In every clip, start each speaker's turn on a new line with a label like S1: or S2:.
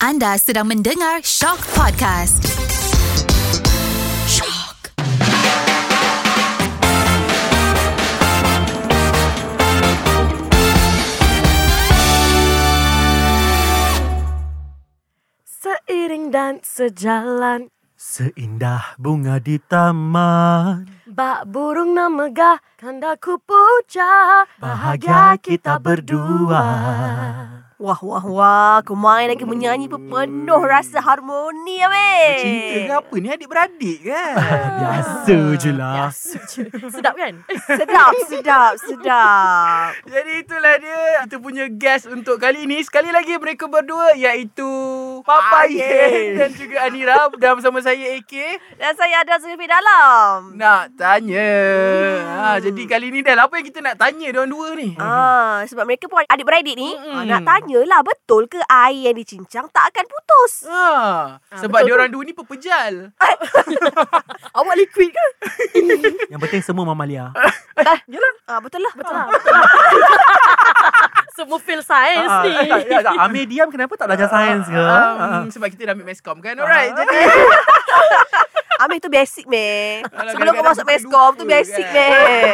S1: Anda sedang mendengar Shock Podcast. Shock.
S2: Seiring dan sejalan
S3: Seindah bunga di taman
S2: Bak burung nan megah Kandaku puja
S3: Bahagia kita berdua
S2: Wah wah wah Kumain lagi menyanyi pun penuh rasa harmoni ya weh
S4: Cinta ke apa ni adik-beradik kan?
S3: Biasa je lah
S2: Biasa je. Sedap kan?
S5: Sedap, sedap, sedap.
S4: Jadi itulah dia kita punya guest untuk kali ini. Sekali lagi mereka berdua iaitu Papa Yen
S5: Ayen.
S4: dan juga Anira dan bersama saya AK.
S5: Dan saya ada Zulfi Dalam.
S4: Nak tanya. Ha, jadi kali ni Del, apa yang kita nak tanya diorang dua ni?
S5: Ah, sebab mereka pun adik-beradik ni ah,
S4: Mm-mm.
S5: Nak tanyalah betul ke air yang dicincang tak akan putus
S4: Ha, sebab
S2: betul
S4: diorang dua ni pepejal.
S2: Awak liquid kan?
S3: Yang penting semua mamalia
S5: ah, Betul lah Betul lah
S2: Semua feel science
S4: Ha,
S3: Ah,
S2: ni
S3: tak,
S4: ya,
S3: tak, tak. Amir diam kenapa tak belajar sains ke?
S4: Um, sebab kita dah ambil meskom kan? Alright, jadi
S5: Amir tu basic meh
S4: Alah,
S5: Sebelum kau
S4: kadang-kadang
S5: masuk
S4: kita
S5: meskom tu
S4: lupa,
S5: basic
S4: kan?
S5: meh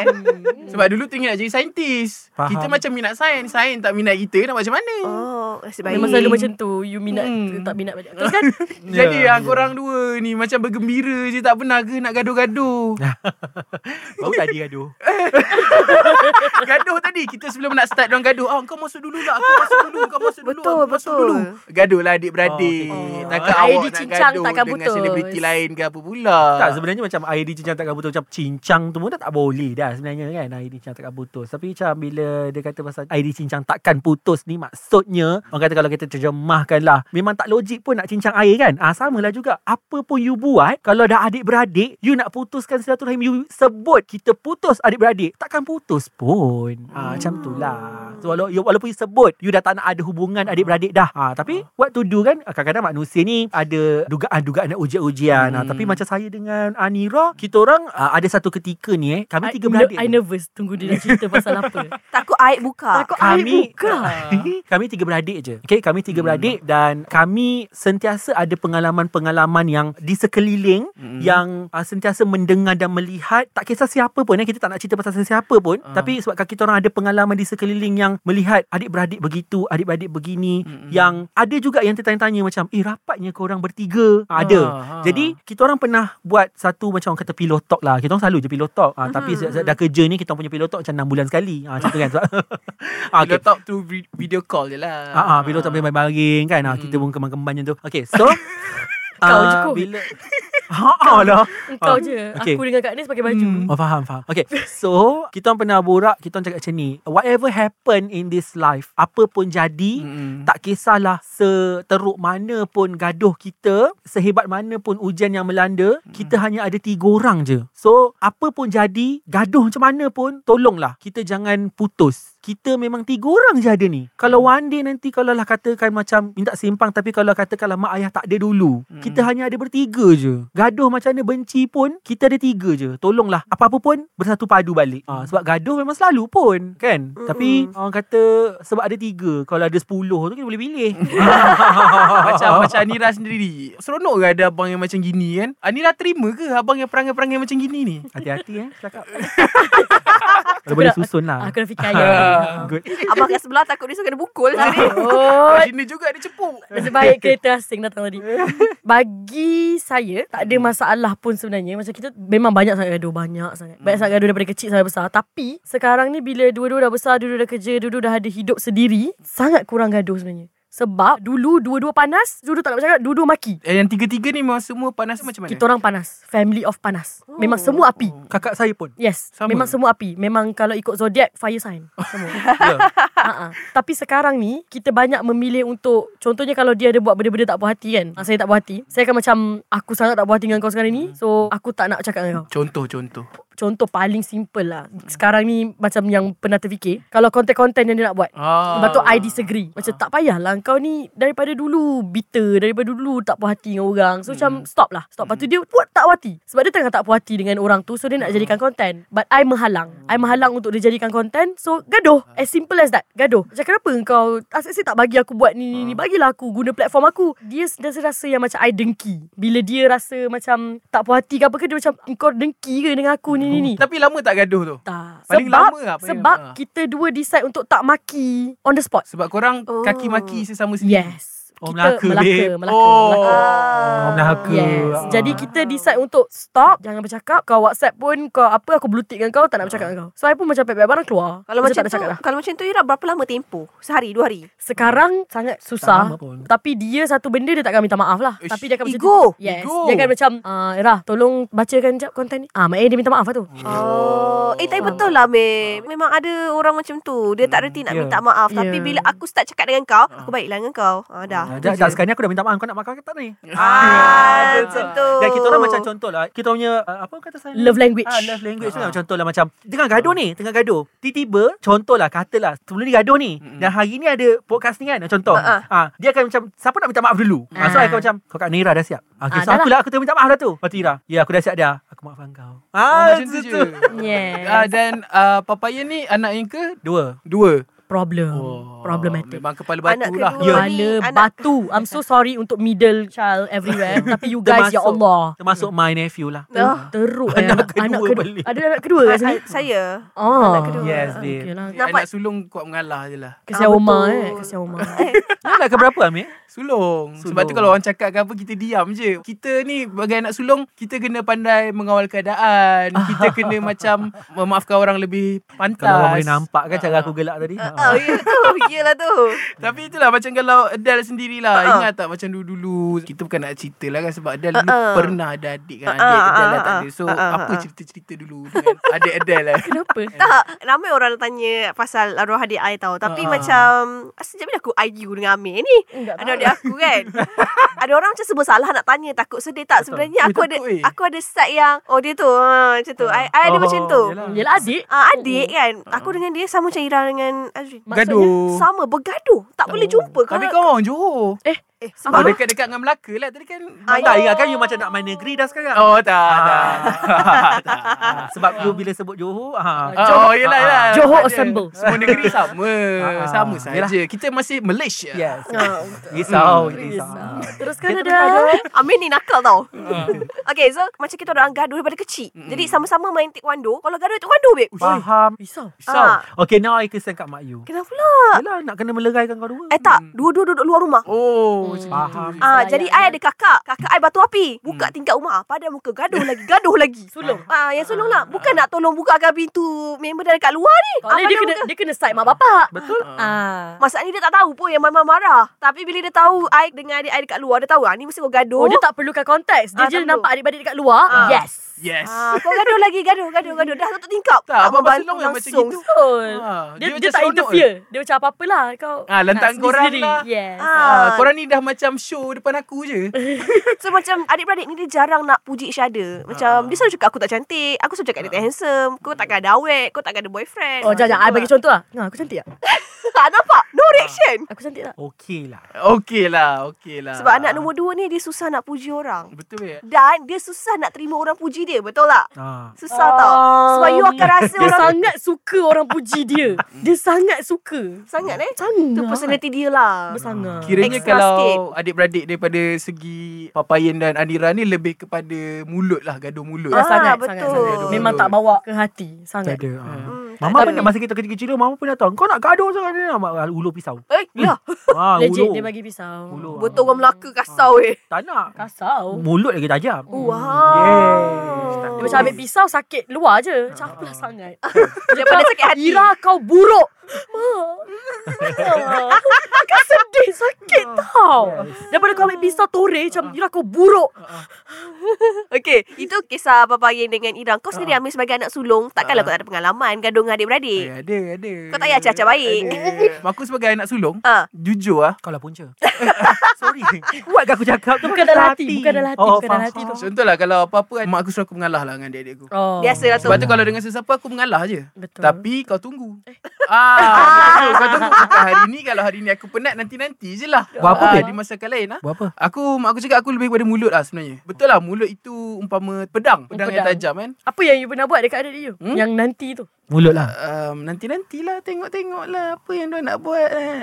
S4: sebab dulu tu ingat nak jadi saintis.
S3: Faham.
S4: Kita macam minat sains, sains tak minat kita nak macam mana?
S5: Oh, nasib baik
S2: Memang selalu macam tu You minat
S4: Hmm.
S2: Tak minat banyak Terus kan?
S4: Jadi yeah, yang korang dua ni macam bergembira je tak pernah ke nak gaduh-gaduh.
S3: Baru tadi aduh
S4: gaduh tadi kita sebelum nak start orang gaduh. Ah kau masuk dulu lah, aku masuk dulu, kau masuk dulu,
S5: Betul,
S4: aku masuk
S5: betul.
S4: dulu. Gaduh lah adik-beradik.
S3: Oh, okay.
S4: Oh, Takkan
S2: Air
S4: awak nak
S2: dicincang
S4: gaduh
S2: takkan
S4: dengan
S2: putus.
S4: selebriti lain ke apa pula.
S3: Tak sebenarnya macam air di cincang takkan putus Macam cincang tu pun dah tak boleh dah sebenarnya kan Air di cincang takkan putus Tapi macam bila dia kata pasal air di cincang takkan putus ni Maksudnya Orang kata kalau kita terjemahkan lah Memang tak logik pun nak cincang air kan ah, Sama lah juga Apa pun you buat Kalau dah adik-beradik You nak putuskan silaturahim You sebut kita putus adik-beradik Takkan putus pun ah, Macam tu lah so, wala- you- Walaupun you sebut You dah tak nak ada hubungan adik-beradik dah ah, Tapi what to do kan Kadang-kadang manusia ni Ada dugaan-dugaan nak ujian-ujian ah,
S4: Hmm.
S3: Tapi macam saya dengan Anira Kita orang ah, ada satu ketika ni eh
S2: I,
S3: Kami tiga beradik
S2: I nervous Tunggu dia nak cerita pasal apa
S5: Takut air buka
S2: Takut air
S3: Kami- Ah.
S2: buka
S3: kami tiga beradik je. Okay, kami tiga beradik dan kami sentiasa ada pengalaman-pengalaman yang di sekeliling
S4: Mm.
S3: yang uh, sentiasa mendengar dan melihat tak kisah siapa pun eh kita tak nak cerita pasal siapa pun
S4: Ah.
S3: tapi sebab kita orang ada pengalaman di sekeliling yang melihat adik-beradik begitu, adik-beradik begini
S4: Mm-mm.
S3: yang ada juga yang tertanya-tanya macam eh rapatnya korang bertiga. Ah, ada.
S4: ha.
S3: Jadi kita orang pernah buat satu macam orang kata pillow talk lah. Kita orang selalu je pillow talk. Ah, tapi
S5: Mhm.
S3: sejak dah kerja ni kita orang punya pillow talk macam 6 bulan sekali. Ah macam tu kan. Sebab- Ah, okay.
S4: Bila talk tu vi- video call je lah.
S3: Ah, ah pillow talk boleh baring-baring kan. Ah, kita
S4: Mm.
S3: pun kembang-kembang macam tu. Okay, so
S2: Hmm. Kau je
S3: ah,
S2: kot.
S3: bila Ha ah, lah.
S2: Engkau
S3: Ah,
S2: je
S3: okay.
S2: Aku dengan Kak Nis pakai baju
S3: Oh faham faham Okay so Kita orang pernah borak Kita orang cakap macam ni Whatever happen in this life Apa pun
S2: Hmm.
S3: jadi
S4: Mm-mm.
S3: Tak kisahlah seteruk mana pun gaduh kita Sehebat mana pun ujian yang melanda Kita hanya ada tiga orang je So apa pun jadi Gaduh macam mana pun Tolonglah Kita jangan putus kita memang tiga orang je ada ni. Kalau one day nanti kalau lah katakan macam minta simpang tapi kalau katakanlah mak ayah tak ada dulu.
S2: Hmm.
S4: Mm.
S3: Kita hanya ada bertiga je. Gaduh macam mana benci pun kita ada tiga je. Tolonglah apa-apa pun bersatu padu balik. Ha, sebab gaduh memang selalu pun
S2: Hmm.
S3: kan.
S5: Mm-mm.
S3: Tapi orang kata sebab ada tiga kalau ada sepuluh tu kita boleh pilih.
S4: macam macam Anira sendiri. Seronok ke ada abang yang macam gini kan? Anira terima ke abang yang perangai-perangai macam gini ni?
S3: Hati-hati eh cakap. kalau boleh susun lah.
S2: Aku dah Ah, fikir ayat
S3: Good.
S5: Abang kat sebelah takut dia suruh kena pukul sini
S2: Oh
S4: Sini juga dia cepuk.
S2: Nasib baik kereta asing datang tadi Bagi saya Tak ada masalah pun sebenarnya Macam kita Memang banyak sangat gaduh Banyak sangat Banyak sangat gaduh daripada kecil sampai besar Tapi Sekarang ni bila dua-dua dah besar Dua-dua dah kerja Dua-dua dah ada hidup sendiri Sangat kurang gaduh sebenarnya sebab dulu dua-dua panas, dua-dua tak nak bercakap, dua-dua maki.
S4: Eh, yang tiga-tiga ni memang semua panas macam mana?
S2: Kita orang panas, family of panas. Memang semua api.
S3: Kakak saya pun.
S2: Yes,
S4: Sama.
S2: memang semua api. Memang kalau ikut zodiak fire sign.
S3: Ya.
S2: Ha-ha. Tapi sekarang ni Kita banyak memilih untuk Contohnya kalau dia ada buat Benda-benda tak puas hati kan Ah, Saya tak puas hati Saya akan macam Aku sangat tak puas hati dengan kau sekarang ni So aku tak nak cakap dengan kau
S4: Contoh-contoh.
S2: Contoh paling simple lah Sekarang ni Macam yang pernah terfikir Kalau konten-konten yang dia nak buat
S4: Ah.
S2: Lepas tu I disagree Macam tak payahlah Kau ni daripada dulu Bitter Daripada dulu tak puas hati dengan orang So
S4: Hmm.
S2: macam stop lah Stop Lepas tu dia buat tak puas hati Sebab dia tengah tak puas hati dengan orang tu So dia
S4: Hmm.
S2: nak jadikan konten But I menghalang I menghalang untuk dia jadikan konten So gaduh
S4: Hmm.
S2: As simple as that Gaduh Macam kenapa kau Asyik-asyik tak bagi aku buat ni ni
S4: Hmm.
S2: ni Bagilah aku Guna platform aku Dia rasa-rasa yang macam I dengki Bila dia rasa macam Tak puas hati ke apa ke Dia macam Kau dengki ke dengan aku ni ni ni
S4: Tapi lama tak gaduh tu.
S2: Tak
S4: Hmm. Paling
S2: Sebab
S4: lama lah, paling
S2: Sebab
S4: lama.
S2: kita dua decide Untuk tak maki On the spot
S4: Sebab korang
S5: Oh.
S4: kaki maki sesama sendiri.
S2: Yes.
S3: Oh,
S2: kita
S3: Melaka,
S2: Melaka,
S3: babe.
S2: Melaka,
S4: Oh.
S2: Melaka.
S5: Ah.
S3: Oh, Melaka.
S2: Yes.
S3: Ah.
S2: Jadi kita decide untuk stop, jangan bercakap. Kau WhatsApp pun kau apa aku blue tick dengan kau,
S3: Ah.
S2: tak nak bercakap dengan kau. So I pun macam pepek barang keluar.
S5: Kalau
S2: Macam tak
S5: macam
S2: nak
S5: tu,
S2: cakap lah.
S5: kalau macam tu Ira berapa lama tempoh? Sehari, dua hari.
S2: Sekarang sangat
S3: lama
S2: susah
S3: pun.
S2: Tapi dia satu benda Dia takkan minta maaf lah
S4: Ish,
S2: Tapi dia akan macam
S5: ego.
S2: tu. Ya. Yes
S4: Ego.
S2: Dia akan macam uh, Era tolong bacakan jap konten ni Ah, Mak A dia minta maaf lah tu
S3: Hmm.
S5: Oh,
S2: Ah.
S5: eh tapi betul lah babe. Memang ada orang macam tu. Dia tak reti nak
S3: Ya.
S5: minta maaf. Tapi
S2: Ya.
S5: bila aku start cakap dengan kau, aku baiklah dengan kau. Ah dah.
S3: Ah, dah, dah sekarang ni aku dah minta maaf kau nak makan ke tak ni?
S5: Ah, macam tu.
S3: Dan kita orang macam contoh lah Kita punya uh, Apa kata saya?
S2: Love language.
S3: ah, Love language tu kan Contoh lah macam Tengah gaduh ni Tengah gaduh Tiba-tiba Contoh lah katalah Sebelum ni gaduh ni
S4: Mm-mm.
S3: Dan hari ni ada Podcast ni kan Contoh
S5: Ah,
S3: ah, Dia akan macam Siapa nak minta maaf dulu ah. So
S2: Ah.
S3: aku macam Kau kat Nira dah siap Okay
S2: Ah,
S3: so
S2: dah
S3: aku lah Aku tengah minta maaf dah tu Lepas tu Ira Ya aku dah siap dah Aku maafkan kau
S4: Oh,
S3: Ah,
S4: macam tu je. Ah,
S2: Yes
S4: dan ah, papaya ni anak yang ke
S3: Dua
S4: dua.
S2: Problem
S4: Oh,
S2: Problematic
S4: Memang kepala batu
S5: Anak
S4: lah.
S5: kedua.
S3: Ya.
S2: Kepala
S5: ni anak-
S2: batu I'm so sorry Untuk middle child everywhere Tapi you guys Ya
S3: Termasuk-
S2: Allah
S3: Termasuk my nephew lah
S5: Oh,
S2: Teruk eh.
S3: Anak kedua
S2: anak kedua
S3: balik.
S2: Ada anak kedua kat sini
S5: ah, saya.
S2: Oh
S5: anak kedua.
S3: Yes
S2: Okay
S3: babe
S2: lah
S4: Anak sulung kuat mengalah je lah.
S2: Kesian
S5: Ah,
S2: Omar
S5: betul.
S2: eh Kesian Omar
S3: Ni anak keberapa Amir?
S4: Sulung.
S3: Sulung.
S4: Sebab tu kalau orang cakap ke apa kita diam je. Kita ni sebagai anak sulung, kita kena pandai mengawal keadaan. Kita kena macam memaafkan orang lebih pantas.
S3: Kalau orang boleh nampak kan Cara aku gelak tadi
S5: Oh, ya tu. Yalah tu.
S4: Tapi itulah macam kalau Adele sendirilah.
S5: Uh-uh.
S4: Uh-uh. Ingat tak macam dulu-dulu kita bukan nak cerita lah kan sebab Adele uh-uh.
S5: Uh-uh.
S4: dulu pernah ada adik kan.
S5: Uh-uh,
S4: Adik uh-uh. Adele dah tak ada.
S5: uh-uh,
S4: So
S5: uh-uh,
S4: uh-uh. apa
S5: uh-uh.
S4: cerita-cerita dulu dengan adik Adele lah.
S2: Kenapa?
S5: Tak, ramai orang tanya pasal arwah adik I tau. Tapi
S4: Ah.
S5: macam, sejak bila aku argue dengan Amir ni?
S2: Enggak
S5: Ada adik aku kan Ada orang macam sebut salah Nak tanya takut sedih
S3: Betul.
S5: tak Sebenarnya
S4: Eh,
S5: aku ada
S4: takut, eh.
S5: Aku ada side yang Oh dia tu ha, Macam tu I, I ada
S3: Oh,
S5: macam tu
S3: yelah.
S2: Yelah adik
S5: Ah Adik kan Aku dengan dia Sama macam Ira dengan Azri
S2: Maksudnya,
S4: Gaduh.
S5: Sama bergaduh Tak boleh jumpa
S4: Tapi kau orang Johor.
S2: Eh,
S5: eh,
S4: Kau
S5: apa?
S4: dekat-dekat dengan Melaka lah. Tadi kan.
S5: Ah, ya.
S3: Tak Ira kan you macam nak main negeri dah sekarang
S4: Oh tak. tak.
S3: Ah, Sebab you bila sebut Johor ah.
S4: Oh, oh yelah yelah.
S2: Johor
S4: Tak ada.
S2: assemble.
S4: Semua negeri sama.
S3: Ah,
S4: sama
S3: yelah.
S4: saja. Kita masih Malaysia.
S3: Yes
S2: Oh,
S5: Ah,
S3: Risau
S2: Hmm,
S3: Risau
S2: Teruskan ada
S5: Amin ni nakal tau Okay so Macam kita orang gaduh Daripada kecil Jadi sama-sama main taekwondo Kalau gaduh taekwondo babe
S3: Faham
S2: Risau
S3: Risau
S5: Ah.
S3: Okay now I kesian kat mak you
S5: Kenapa lah
S3: Yelah nak kena meleraikan kau dua
S5: Eh tak Dua-dua duduk luar rumah
S2: Hmm.
S4: Oh, macam
S3: Faham
S5: Ah,
S2: Sayang.
S5: jadi I ada kakak. Kakak I batu api. Buka hmm. tingkat rumah. Pada muka gaduh lagi, gaduh lagi.
S2: Sulung.
S5: Ah, yang sulung lah. Bukan nak tolong bukakan pintu member dari kat luar ni.
S2: Tak boleh dia
S5: pandai
S2: kena
S5: muka.
S2: dia kena side mak bapak.
S3: Betul
S2: Ah.
S5: Masa ni dia tak tahu pun yang mama marah. Tapi bila dia tahu I dengan adik I dekat luar, dia tahu ah ni mesti kau gaduh.
S2: Oh, dia tak perlukan konteks. Dia
S5: Ah,
S2: je
S5: tak perlu.
S2: nampak adik-adik dekat luar.
S5: Ah.
S2: Yes.
S4: Yes.
S5: Ah, kau gaduh lagi, gaduh, gaduh, gaduh. Dah tutup tingkap.
S4: Tak, abang
S5: membantu
S4: Barcelona yang macam
S5: langsung.
S4: gitu.
S2: Betul.
S4: Ah,
S2: Dia,
S4: dia
S2: dia,
S4: macam
S2: tak
S4: seronok
S2: interfere. Dia macam apa-apalah kau.
S4: Ah, lantak
S2: nak
S4: korang
S2: sendiri-sendiri.
S4: lah.
S2: Yes.
S4: Ah,
S5: Ah,
S4: korang ni dah macam show depan aku je.
S5: So macam adik-beradik ni dia jarang nak puji each other. Macam dia selalu cakap aku tak cantik, aku selalu cakap dia tak handsome, kau takkan ada awet, kau takkan ada boyfriend.
S2: Oh, jangan. I bagi
S5: Ah.
S2: contoh lah. Nah, aku cantik tak?
S5: Tak nampak. No reaction.
S2: Aku cantik tak?
S3: Okay lah
S4: Okey lah, okey lah.
S5: Sebab
S3: Ah.
S5: anak nombor dua ni dia susah nak puji orang.
S4: Betul ya?
S5: Dan dia susah nak terima orang puji dia Betul tak?
S3: ah.
S5: Susah tau Sebab you akan
S2: Oh, ya.
S5: rasa
S2: Dia
S5: orang
S2: sangat suka orang puji dia. Dia sangat suka.
S5: Sangat eh
S2: Sangat.
S5: Tu personality dia lah
S2: Bersangat.
S4: Kiranya
S5: Extra
S4: kalau adik-beradik daripada segi Papayan dan Anira ni lebih kepada mulut lah, gaduh mulut.
S2: Ya,
S5: Ah,
S2: sangat,
S5: betul.
S2: sangat, sangat. Memang tak bawa ke hati. Sangat.
S3: Tak ada ah.
S5: Hmm, tak
S3: Mama
S5: ada.
S3: pun nak masa kita kecil-kecil dulu, Mama pun datang Kau nak gaduh sangat ni Mak, ah, Ulu pisau
S5: Eh lah
S3: ah,
S2: Legit
S3: ulu.
S2: dia bagi pisau.
S3: Ulu.
S5: Betul orang Melaka kasau eh
S3: Tak nak
S2: Kasau.
S3: Mulut lagi tajam
S5: Wow
S2: Dia macam ambil pisau sakit luar je. Macam apalah sangat.
S5: Daripada sakit hati
S2: Ira kau buruk. Ma. Ma. Kau sedih sakit tau. Daripada kau ambil pisau toreh macam Ira kau buruk.
S5: Okay Itu kisah Papayin dengan Ira Kau
S3: Ah.
S5: sendiri ambil sebagai anak sulung Takkanlah kau tak ada pengalaman Gaduh dengan adik-beradik
S4: Eh, ada, ada.
S5: Kau tak payah acah-acah baik.
S4: Ada. Aku sebagai anak sulung,
S5: Ah.
S4: jujur ah,
S3: Kau lah punca
S4: sorry
S3: ni Kuat ke aku cakap tu
S2: Bukan dalam hati Bukan dalam hati
S3: Oh,
S2: Bukan dalam
S3: faham,
S2: hati tu
S4: Contohlah kalau apa-apa Mak aku suruh aku mengalah lah Dengan adik-adik aku
S2: Oh.
S5: Biasalah tu
S4: Sebab tu kalau dengan sesiapa Aku mengalah je
S2: Betul.
S4: Tapi kau tunggu Ah, betul. Kau tunggu Bukan hari ni Kalau hari ni aku penat Nanti-nanti je lah
S3: Buat apa,
S4: Ah,
S3: Bin?
S4: Di masa akan lain lah
S3: Buat apa?
S4: Aku mak aku cakap aku lebih kepada mulut lah sebenarnya. Betul lah mulut itu umpama pedang, pedang, yang
S2: Pedang.
S4: tajam kan.
S2: Apa yang you pernah buat dekat adik you?
S4: Hmm?
S2: Yang nanti tu.
S3: Mulut lah
S4: Um, nanti-nantilah tengok-tengoklah apa yang dia nak buat. eh.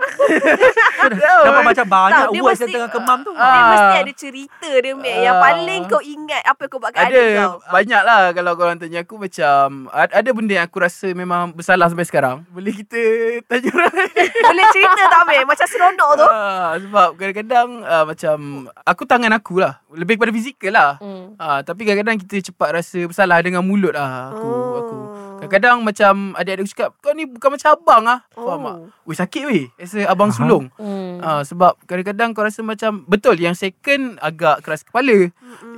S5: Oh.
S3: Nampak macam banyak
S5: dia
S3: words yang
S5: mesti-
S3: tengah kemam tu
S5: Dia
S4: Ah.
S5: mesti ada cerita dia Mek Yang
S4: Ah.
S5: paling kau ingat Apa yang kau buat kat
S4: ada
S5: adik kau
S4: banyak lah kalau korang tanya aku macam ad- ada benda yang aku rasa memang bersalah sampai sekarang. Boleh kita tanya orang. lain?
S5: Boleh cerita tak Mek Macam seronok tu
S4: Ah, sebab kadang-kadang ah, macam aku tangan aku lah. Lebih kepada fizikal lah.
S2: Hmm.
S4: Ah, tapi kadang-kadang kita cepat rasa bersalah dengan mulut lah aku
S5: Oh.
S4: aku. Kadang-kadang macam adik-adik aku cakap kau ni bukan macam abang ah.
S5: Oh.
S4: Faham tak? Weh sakit weh. Rasa abang
S3: Faham.
S4: sulung.
S2: Hmm.
S5: Mm.
S4: Ah, sebab kadang-kadang kau rasa macam betul yang second agak keras kepala.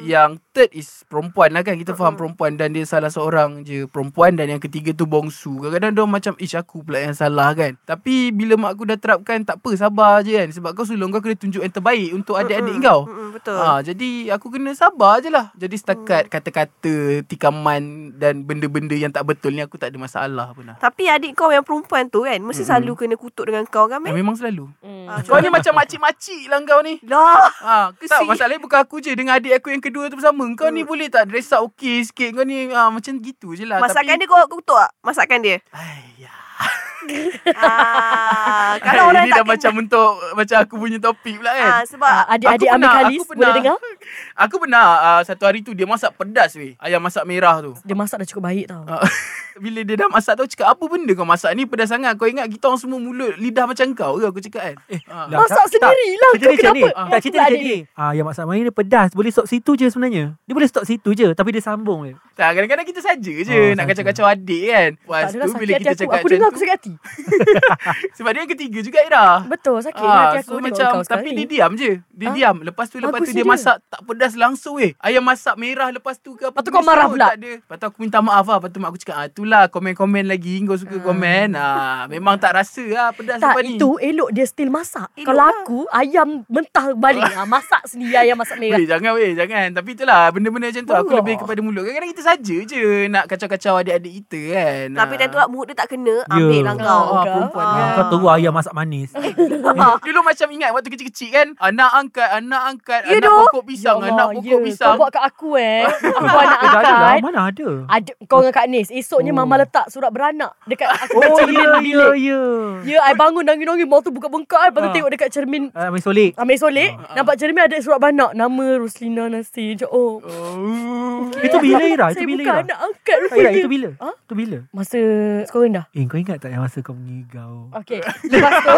S4: Yang third is perempuan lah kan. Kita faham perempuan dan dia salah seorang je perempuan dan yang ketiga tu bongsu. Kadang-kadang dia macam ish aku pula yang salah kan. Tapi bila mak aku dah terapkan tak apa sabar je kan. Sebab kau sulung kau kena tunjuk yang terbaik untuk adik-adik kau.
S5: Mm-mm, Betul Mm.
S4: Ha, jadi aku kena sabar je lah. Jadi setakat kata-kata, tikaman dan benda-benda yang tak betul ni aku tak ada masalah pun lah.
S5: Tapi adik kau yang perempuan tu kan Mesti selalu kena kutuk dengan kau kan
S4: Eh,
S5: Mek
S4: memang selalu.
S2: Hmm.
S5: Ah,
S4: Kau ni macam makcik-makcik lah kau ni.
S5: Lah
S4: Ha, tak,
S5: Kesian.
S4: masalahnya bukan aku je Dengan adik aku yang kedua tu bersama Kau ni boleh tak dress up okey sikit Kau ni ha, macam gitu je lah
S5: Masakan
S4: Tapi,
S5: dia kau kutuk tak? Masakan dia
S4: Ay, ya.
S5: ah, Kalau orang
S4: Ini
S5: tak
S4: dah macam untuk Macam aku punya topik pula kan
S5: ah, Sebab
S2: Ah, Adik-adik
S4: Aku
S2: ambil
S4: pernah-
S2: kalis.
S4: aku pernah.
S2: Boleh dengar?
S4: Aku pernah uh, Satu hari tu dia masak pedas weh Ayam masak merah tu
S2: Dia masak dah cukup baik tau.
S4: Ah, Bila dia dah masak tu Cakap apa benda kau masak ni Pedas sangat Kau ingat kita orang semua mulut Lidah macam kau ke Aku cakap kan eh,
S3: Lah,
S2: Masak
S3: tak-
S2: sendiri lah. Kau
S3: Cerita dia macam ni
S2: kenapa?
S3: Tak cerita dia macam ni Ah, Yang masak main dia pedas Boleh stop situ je sebenarnya Dia boleh stop situ je Tapi dia sambung je
S4: tak, Kadang-kadang kita saja je
S3: Oh,
S4: Nak
S3: saja.
S4: kacau-kacau adik kan
S2: Tak
S4: Lepas
S2: adalah
S4: tu
S2: sakit
S4: bila
S2: hati
S4: kita
S2: aku.
S4: cakap
S2: Aku dengar aku
S4: macam tu
S2: sakit hati.
S4: Sebab dia yang ketiga juga Ira
S2: Betul sakit
S4: Ah,
S2: hati
S4: so
S2: aku. tengok
S4: macam
S2: kau
S4: Tapi
S2: sekarang
S4: dia
S2: ni.
S4: diam je Dia
S2: Ah.
S4: diam Lepas tu Lepas
S2: Bagusnya
S4: tu dia,
S2: dia.
S4: masak Tak pedas langsung eh Ayam masak merah Lepas tu ke apa
S2: Lepas tu kau marah pula.
S4: tak ada. Lepas tu aku minta maaf lah Lepas tu mak aku cakap ah, Itulah komen-komen lagi Kau suka komen ah, Memang tak rasa lah Pedas
S2: Tak
S4: lepas ni
S2: itu elok dia still masak.
S5: Elok
S2: Kalau
S5: lah.
S2: aku ayam mentah balik ah, masak sendiri ayam masak merah.
S4: Weh jangan weh jangan Tapi itulah Benda-benda macam tu Aku
S2: Allah.
S4: lebih kepada mulut Kadang-kadang kita saja je Nak kacau-kacau adik-adik kita kan
S5: Tapi
S4: Ah.
S5: time tu lah mood dia tak kena Ambil lah
S3: Ya.
S5: kau
S4: Ah, perempuan
S5: Ah.
S4: kan.
S3: Kau tahu ayam masak manis
S4: Dulu macam ingat Waktu kecil-kecil kan Anak angkat Anak angkat
S2: Ya
S5: You
S4: Anak
S5: know?
S4: pokok pisang Anak pokok pisang
S2: Kau buat kat aku eh. Aku anak
S3: Tak ada lah
S2: angkat.
S3: Mana ada
S2: Ada kau dengan Kak Nis. Esoknya
S3: Oh.
S2: mama letak surat beranak dekat aku
S3: Oh
S2: oh,
S3: ya
S2: cermin
S3: ya
S2: bilik.
S3: ya
S2: Ya, I bangun nangis-nangis mata buka bengkak eh. Lepas tu
S3: Ah.
S2: tengok dekat cermin
S3: Ambil solik
S2: Amir Solek Nampak cermin ada surat beranak Nama Ruslina Nasir Macam oh
S4: Oh.
S3: Itu bila Ira Itu
S2: Saya
S3: bila
S2: bukan
S3: Ira
S2: anak angkat
S3: Ira
S2: rupanya
S3: itu bila
S2: Ha?
S3: Itu bila
S2: Masa sekolah rendah
S3: Eh kau ingat tak yang masa kau mengigau
S2: Okay Lepas tu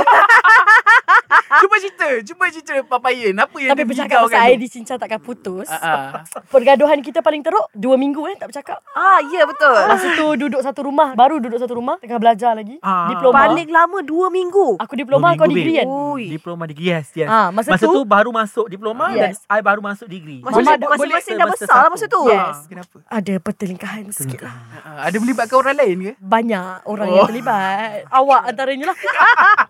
S4: Cuba cerita Cuba cerita Papayan Apa yang
S2: Tapi
S4: dia
S2: bercakap pasal
S4: gigaukan
S2: air
S4: tu?
S2: di cincang takkan putus
S4: Ah, ah.
S2: Pergaduhan kita paling teruk Dua minggu eh tak bercakap
S5: Ah, ya betul
S2: Masa tu duduk satu rumah Baru duduk satu rumah Tengah belajar lagi
S3: Ah.
S2: Diploma
S5: Paling Oh. lama 2 minggu
S2: Aku diploma kau
S3: Dua minggu,
S2: degree Ah, kan
S5: Ui.
S3: Diploma degree Yes yes
S2: Ah, masa,
S3: Masa tu
S2: tu,
S3: baru masuk diploma
S2: Yes.
S3: Dan I baru masuk degree
S5: Masa-
S3: Boleh-
S5: masa-
S3: boleh
S5: masing-masing
S3: ke
S5: dah besar lah
S3: satu?
S5: masa tu?
S2: Yes.
S4: Kenapa
S2: Ada pertelingkahan sikit lah
S4: Ah, ah. Ada melibatkan orang lain ke
S2: banyak orang
S4: Oh.
S2: yang terlibat. Awak antaranya lah.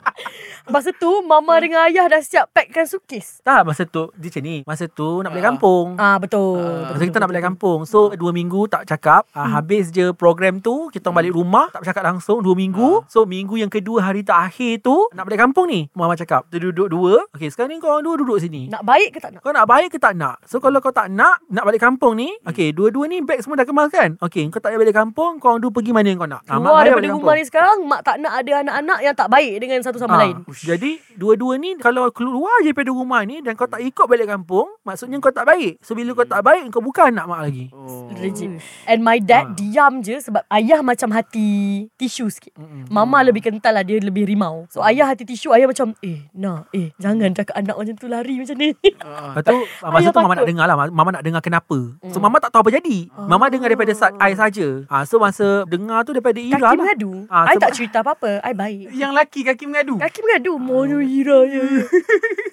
S2: Masa tu mama dengan ayah dah siap packkan sukis.
S3: Tak masa tu Dia macam ni Masa tu nak balik
S4: Ah.
S3: kampung
S2: Ah betul. betul
S4: Ah,
S2: Ah. Hmm.
S3: Masa kita nak balik kampung So dua minggu tak cakap uh, Habis je program tu Kita orang balik rumah Tak bercakap langsung Dua minggu
S2: Ah.
S3: So minggu yang kedua Hari terakhir tu Nak balik kampung ni Mama cakap Kita duduk dua Okay sekarang ni korang dua duduk sini
S2: Nak baik ke tak nak?
S3: Kau nak baik ke tak nak So kalau kau tak nak Nak balik kampung ni
S2: Hmm.
S3: Okay dua-dua ni Bag semua dah kemas kan Okay kau tak payah balik kampung Kau dua pergi mana yang kau nak Ah, mak
S2: Keluar
S3: bayar
S2: daripada
S3: balik
S2: rumah
S3: kampung.
S2: ni sekarang Mak tak nak ada anak-anak yang tak baik dengan satu sama
S3: Ah,
S2: lain
S3: ush. Jadi dua-dua ni Kalau keluar je daripada rumah ni Dan kau tak ikut balik kampung Maksudnya kau tak baik So bila
S2: Hmm.
S3: kau tak baik Kau bukan anak mak lagi
S4: Oh.
S2: Legit And my dad
S3: Ah.
S2: diam je Sebab ayah macam hati tisu sikit
S3: Mm-mm. Mm.
S2: Mama lebih kental lah Dia lebih rimau So ayah hati tisu Ayah macam Eh nak Eh jangan cakap anak macam tu Lari macam ni
S4: Ah,
S3: Lepas tu ah, Masa
S2: Ayah
S3: tu mama
S2: takut.
S3: nak dengar lah Mama nak dengar kenapa So mama tak tahu apa jadi Mama dengar daripada sa- I saja ha, So masa dengar tu daripada Ira
S2: Kaki
S3: lah
S2: mengadu
S3: Ah,
S2: I tak
S3: sebab- Ah.
S2: cerita apa-apa I baik
S4: Yang laki kaki mengadu
S2: Kaki mengadu Mono Ira ya.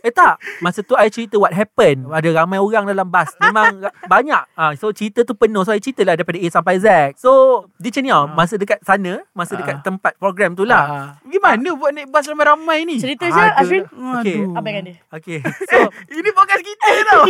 S3: Eh tak Masa tu I cerita what happened Ada ramai orang dalam bas Memang ra- banyak ha, So cerita tu penuh So I cerita lah Daripada A sampai Z So Dia macam ni tau Masa dekat sana Masa dekat
S4: Ah.
S3: tempat program tu lah
S4: Lah. Gimana buat naik bas ramai-ramai ni?
S2: Cerita je
S3: Ada.
S2: Azrin.
S3: Okay.
S4: Aduh.
S2: Abaikan dia.
S3: Okay So
S4: Ini podcast kita tau.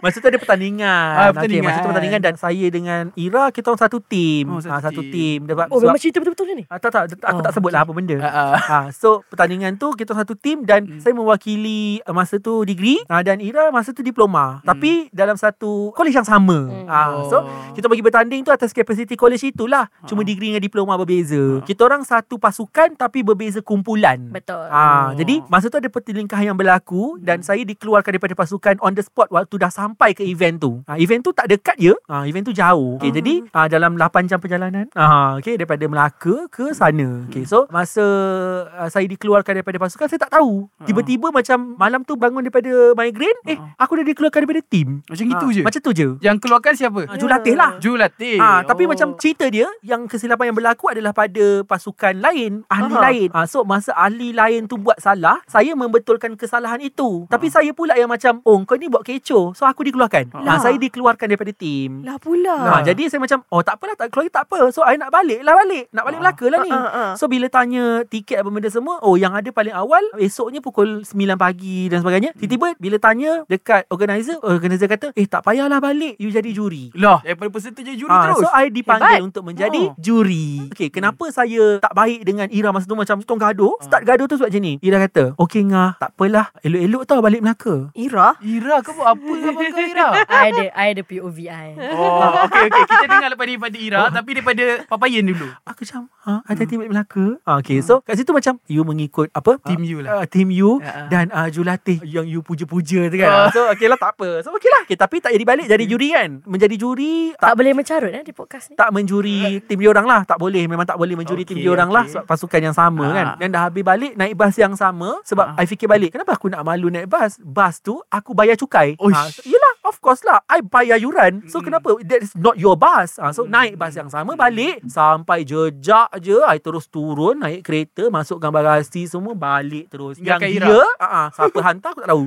S3: Masa tu ada pertandingan. Ah,
S4: Ah, pertandingan.
S3: pertandingan. Okay, masa tu pertandingan dan saya dengan Ira kita orang satu team.
S4: Oh,
S3: Oh, satu,
S4: satu
S3: ah, satu
S4: team.
S3: team. Sebab,
S2: Oh,
S3: sebab
S2: memang cerita betul-betul ni.
S3: ah, tak tak
S2: Oh,
S3: aku oh, tak sebut lah apa benda.
S4: Ah, ah.
S3: Ah, so pertandingan tu kita orang satu team dan
S4: Hmm.
S3: hmm. saya mewakili ah, masa tu degree ah, dan Ira masa tu diploma.
S4: Hmm. Oh.
S3: Hmm. Tapi dalam satu college yang sama.
S2: Hmm.
S3: Hmm. Ah, so kita pergi bertanding tu atas capacity college itulah. Cuma
S4: Ah.
S3: degree dengan diploma berbeza.
S4: Ah.
S3: Kita orang satu pasukan tapi berbeza kumpulan.
S2: Betul.
S3: Ah,
S4: Oh. Hmm.
S3: oh. jadi masa tu ada pertelingkahan yang berlaku dan saya dikeluarkan daripada pasukan on the spot waktu dah sampai ke event tu. Ah, event tu tak dekat ya. Ah, event tu jauh. Okay,
S4: Ah.
S3: jadi ah, dalam 8 jam perjalanan, ah, okay, daripada Melaka ke sana. Okay,
S4: Hmm.
S3: so masa ah, saya dikeluarkan daripada pasukan saya tak tahu.
S4: Ah.
S3: Tiba-tiba macam malam tu bangun daripada migraine, eh aku dah dikeluarkan daripada team.
S4: Macam Hmm. itu
S3: Ah,
S4: je.
S3: Macam tu je.
S4: Yang keluarkan siapa?
S3: Ah, Julatih lah.
S4: Julatih.
S3: Ah, tapi
S4: Oh.
S3: macam cerita dia yang kesilapan yang berlaku adalah pada pasukan lain, ahli
S4: Aha.
S3: lain. Ah, so masa ahli lain tu buat salah, saya membetulkan kesalahan itu. Tapi saya pula yang macam, "Oh, kau ni buat kecoh." So aku dikeluarkan.
S4: Lah.
S3: Ah, saya dikeluarkan daripada tim.
S5: Lah pula.
S3: Ah, jadi saya macam, "Oh, tak apalah, tak keluar tak apa." So I nak balik lah balik. Nak balik
S4: Ah.
S3: Melaka lah ni.
S5: Ah, ah, ah.
S3: So bila tanya tiket apa benda semua Oh yang ada paling awal Esoknya pukul 9 pagi dan sebagainya Tiba-tiba bila tanya dekat organizer Organizer kata Eh tak payahlah balik You jadi juri
S4: Lah. Daripada peserta je juri
S3: Ah,
S4: terus.
S3: So I dipanggil
S4: Hebat.
S3: Hebat. untuk menjadi
S4: Oh.
S3: oh. juri. Okay, kenapa hmm. saya tak baik dengan Ira masa tu macam tong gaduh?
S4: Ah.
S3: Start gaduh tu sebab macam ni. Ira kata, "Okey ngah, tak apalah. Elok-elok tau balik Melaka."
S5: Ira.
S4: Ira kau buat apa dengan abang kau Ira?
S2: I ada, I ada POV I.
S4: Oh, okey okey. Kita dengar lepas daripada Ira tapi daripada Papayan dulu.
S3: Aku macam, "Ha, hati-hati balik Melaka." Ah, okay, so kat situ macam you mengikut apa?
S4: Team you lah.
S3: Uh, team you
S4: Ah, ah.
S3: dan uh, Julatih yang you puja-puja tu
S4: Ah.
S3: kan. So okay lah tak apa. So okay lah. Okay, tapi tak jadi balik jadi juri kan. Menjadi juri
S2: Tak boleh mencarut eh di podcast ni.
S3: tak menjuri tim dia orang lah tak boleh memang tak boleh menjuri tim
S4: Okey,
S3: dia orang lah
S4: okey.
S3: sebab pasukan yang sama
S4: Ah.
S3: kan dan dah habis balik naik bas yang sama sebab
S4: Ah.
S3: I fikir balik kenapa aku nak malu naik bas bas tu aku bayar cukai
S4: Oish.
S3: Ah, so- yelah of course lah I bayar yuran so
S4: Mm.
S3: kenapa that is not your bus Ah, so naik bas yang sama balik sampai jejak je I terus turun naik kereta masuk garasi semua balik terus yang
S4: Tinggalkan Ira.
S3: dia ah, ah, siapa hantar aku tak tahu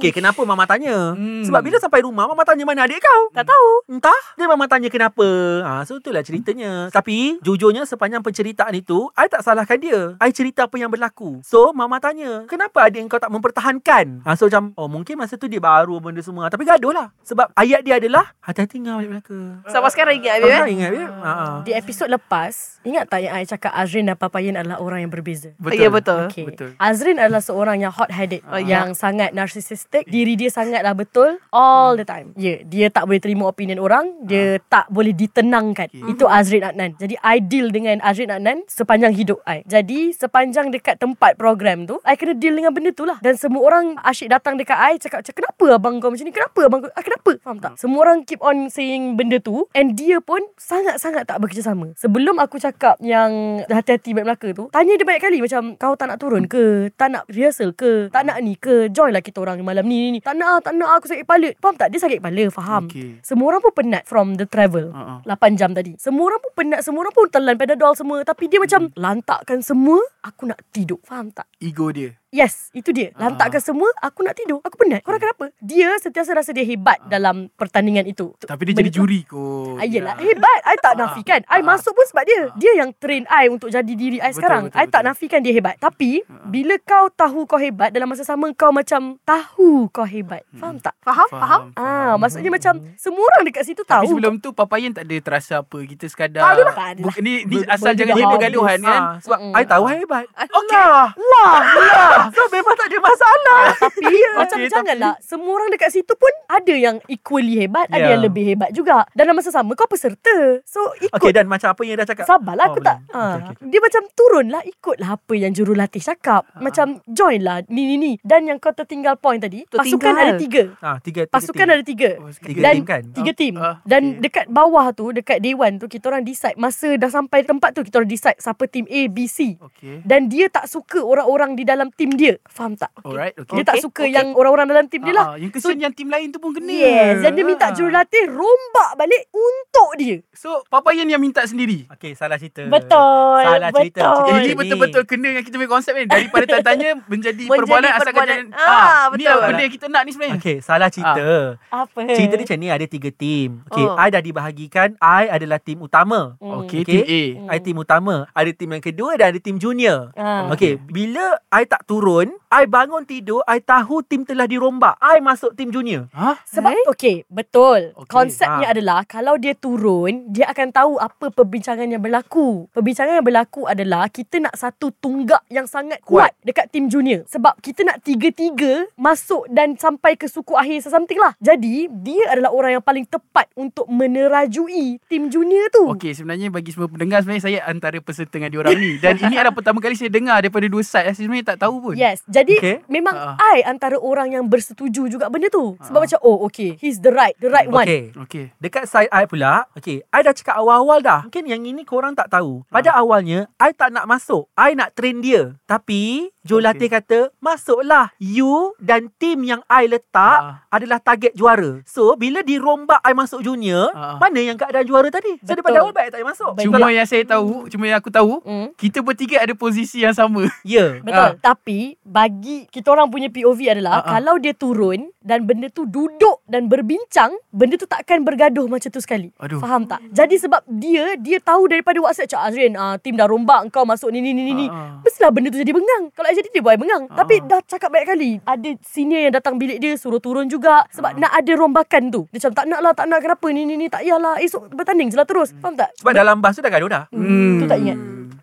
S3: Okay, kenapa mama tanya?
S4: Hmm.
S3: Sebab bila sampai rumah, mama tanya mana adik kau? Tak tahu. Entah. Dia mama tanya kenapa. Ha, so itulah ceritanya. Tapi, jujurnya sepanjang penceritaan itu, I tak salahkan dia. I cerita apa yang berlaku. So, mama tanya, kenapa adik kau tak mempertahankan? Ha, so macam, oh mungkin masa tu dia baru benda semua. Tapi gaduh lah. Sebab ayat dia adalah, hati-hati kau balik Melaka.
S5: Sampai sekarang ingat
S3: Kau
S5: Habib
S2: Ya.
S5: eh?
S3: tak ingat, Habib? Ha, ha.
S2: Di episod lepas, ingat tak yang I cakap Azrin dan Papayan adalah orang yang berbeza?
S5: Ya betul.
S2: Okay.
S4: Betul.
S2: Azrin adalah seorang yang hot-headed.
S5: Ah, ya.
S2: yang sangat narcissistic. Diri dia sangatlah betul all the time. Ya, yeah, dia tak boleh terima opinion orang. Dia
S5: Ah.
S2: tak boleh ditenangkan.
S4: Okay.
S2: Itu Azrin Adnan. Jadi, I deal dengan Azrin Adnan sepanjang hidup I. Jadi, sepanjang dekat tempat program tu, I kena deal dengan benda tu lah. Dan semua orang asyik datang dekat I cakap, macam, kenapa abang kau macam ni? Kenapa abang kau? Ah, kenapa? Faham tak? Semua orang keep on saying benda tu. And dia pun sangat-sangat tak bekerjasama. Sebelum aku cakap yang hati-hati baik Melaka tu, tanya dia banyak kali macam, kau tak nak turun ke? Tak nak rehearsal ke? Tak nak ni ke? Join lah kita orang malam ni, ni, ni. Tak nak, ah, tak nak ah, aku sakit kepala. Faham tak? Dia sakit kepala, faham.
S4: Okay.
S2: Semua orang pun penat from the travel.
S4: Ha, ha.
S2: 8 jam tadi. Semua orang pun penat, semua orang pun telan Panadol semua. Tapi dia macam lantakkan semua, aku nak tidur. Faham tak?
S4: Ego dia.
S2: Yes, itu dia. Lantakkan
S4: Ah.
S2: semua, aku nak tidur. Aku penat. Korang kenapa? Dia sentiasa rasa dia hebat dalam pertandingan itu.
S4: Ah. Tapi dia jadi
S2: Benda tu-
S4: juri kot.
S2: Ah, Yelah,
S4: Ya.
S2: hebat. I tak nafikan. I
S4: Ah.
S2: masuk pun sebab dia. Dia yang train I untuk jadi diri I
S4: Betul,
S2: sekarang.
S4: betul,
S2: I tak
S4: betul. Ah.
S2: nafikan dia hebat. Tapi, bila kau tahu kau hebat, dalam masa sama kau macam tahu kau hebat.
S4: Hmm.
S2: Faham tak?
S5: Faham? Faham?
S2: Ah, maksudnya macam semua orang dekat situ
S4: Tapi
S2: tahu. Ah,
S4: sebelum tu Papayan tak ada terasa apa. Kita sekadar
S2: Tak adalah, tak adalah.
S4: Buk- ni, ni
S2: Ber- benda
S4: asal
S2: dah
S4: jangan jadi
S2: habis.
S4: pergaduhan kan.
S3: Ah, sebab
S2: Ha. Mm-mm.
S3: I tahu I hebat.
S4: Okey.
S3: Lah, lah. So memang tak ada masalah.
S2: Tapi macam
S4: tapi-
S2: janganlah Semua orang dekat situ pun Ada yang equally hebat Ada
S3: Yeah.
S4: Ya.
S2: yang lebih hebat juga Dan dalam masa sama Kau peserta So ikut
S3: Okay, dan macam apa yang dah cakap?
S2: Sabarlah
S3: Oh,
S2: aku tak
S3: boleh.
S2: ha.
S3: Okey, okey, Ah.
S2: Dia macam turunlah Ikutlah apa yang jurulatih cakap Macam join lah Ni ni ni Dan yang kau tertinggal point tadi Pasukan
S5: Tertinggal.
S2: ada tiga
S3: Ah, tiga, tiga
S2: Pasukan
S3: team.
S2: ada tiga
S4: Oh, sekejap.
S3: Tiga
S2: Dan
S3: team kan?
S2: Tiga team
S4: ah,
S2: Dan
S4: okey.
S2: dekat bawah tu Dekat dewan tu Kita orang decide Masa dah sampai tempat tu Kita orang decide Siapa team A, B, C
S4: Okay.
S2: Dan dia tak suka orang-orang Di dalam team dia Faham tak?
S4: Alright. Okay.
S2: Dia tak tak suka okay. yang orang-orang dalam tim dia lah.
S4: Ah, yang kesian yang tim lain tu pun kena.
S3: ya.
S2: Yes, dan dia minta
S4: Ah.
S2: jurulatih rombak balik untuk dia.
S4: So, Papayan yang minta sendiri.
S3: Okay, salah cerita.
S2: Betul,
S3: Salah cerita.
S2: betul.
S3: cerita
S4: Ini
S3: ni.
S4: betul-betul kena dengan kita punya konsep ni. Daripada tak tanya menjadi,
S5: Menjadi
S4: perbualan asalkan
S5: perbualan.
S4: jangan.
S5: Ah,
S4: Ni
S5: betul.
S4: lah benda yang kita nak ni sebenarnya.
S3: Okay, salah cerita.
S4: Ah.
S2: Apa?
S3: Cerita dia macam ni, ada tiga tim. Okay,
S5: Oh.
S3: I dah dibahagikan. I adalah tim utama.
S2: Hmm.
S4: Okay,
S3: Hmm, Okay.
S4: team A.
S3: I tim utama. Ada tim yang kedua dan ada tim junior.
S2: Ah.
S3: Okay, bila I tak turun, I bangun tidur, I tahu tim telah dirombak. I masuk tim junior.
S4: Hah?
S2: Sebab okey, betul.
S4: Eh? Okey,
S2: Okay, Konsepnya
S3: ha.
S2: adalah kalau dia turun, dia akan tahu apa perbincangan yang berlaku. Perbincangan yang berlaku adalah kita nak satu tunggak yang sangat kuat, dekat tim junior. Sebab kita nak tiga-tiga masuk dan sampai ke suku akhir something lah. Jadi, dia adalah orang yang paling tepat untuk menerajui tim junior tu.
S4: Okey sebenarnya bagi semua pendengar sebenarnya saya antara peserta dengan diorang ni dan ini adalah pertama kali saya dengar daripada dua side saya sebenarnya tak tahu pun.
S2: Yes. Jadi okay.
S3: Okay.
S2: memang
S4: Ah.
S2: uh. I antara orang yang bersetuju juga benda tu. Sebab
S4: Ah.
S2: uh. macam oh okay, he's the right, the right one.
S3: Okay.
S4: Okey.
S3: Dekat side I pula Okay I dah cakap awal-awal dah Mungkin yang ini korang tak tahu Pada
S4: Ah.
S3: awalnya I tak nak masuk I nak train dia Tapi Jurulatih kata Masuklah You dan tim yang I letak
S4: Ah.
S3: Adalah target juara So bila dirombak I masuk junior
S4: Ah.
S3: Mana yang keadaan juara tadi So
S2: Betul.
S3: daripada awal baik I tak payah masuk
S4: Cuma yang saya tahu, cuma yang aku tahu,
S2: Hmm.
S4: kita bertiga ada posisi yang sama.
S3: Ya
S2: Betul. Tapi bagi kita orang punya POV adalah
S4: Ah, ah.
S2: uh-uh. kalau dia turun dan benda tu duduk dan berbincang, benda tu takkan bergaduh macam tu sekali.
S4: Aduh.
S2: Faham tak? Jadi sebab dia dia tahu daripada WhatsApp cak Azrin, ah tim dah rombak kau masuk ni ni ni ni ni.
S4: Ah, ah.
S2: Mestilah benda tu jadi bengang. Kalau I jadi dia buat I bengang.
S4: Ah.
S2: Tapi dah cakap banyak kali. Ada senior yang datang bilik dia suruh turun juga sebab
S4: Ah.
S2: nak ada rombakan tu. Dia macam tak nak lah, tak nak kenapa ni ni ni tak yalah. Esok bertanding je lah terus.
S4: Hmm.
S2: Faham tak?
S3: Sebab dalam bas tu dah gaduh dah
S2: Hmm. Tu tak ingat.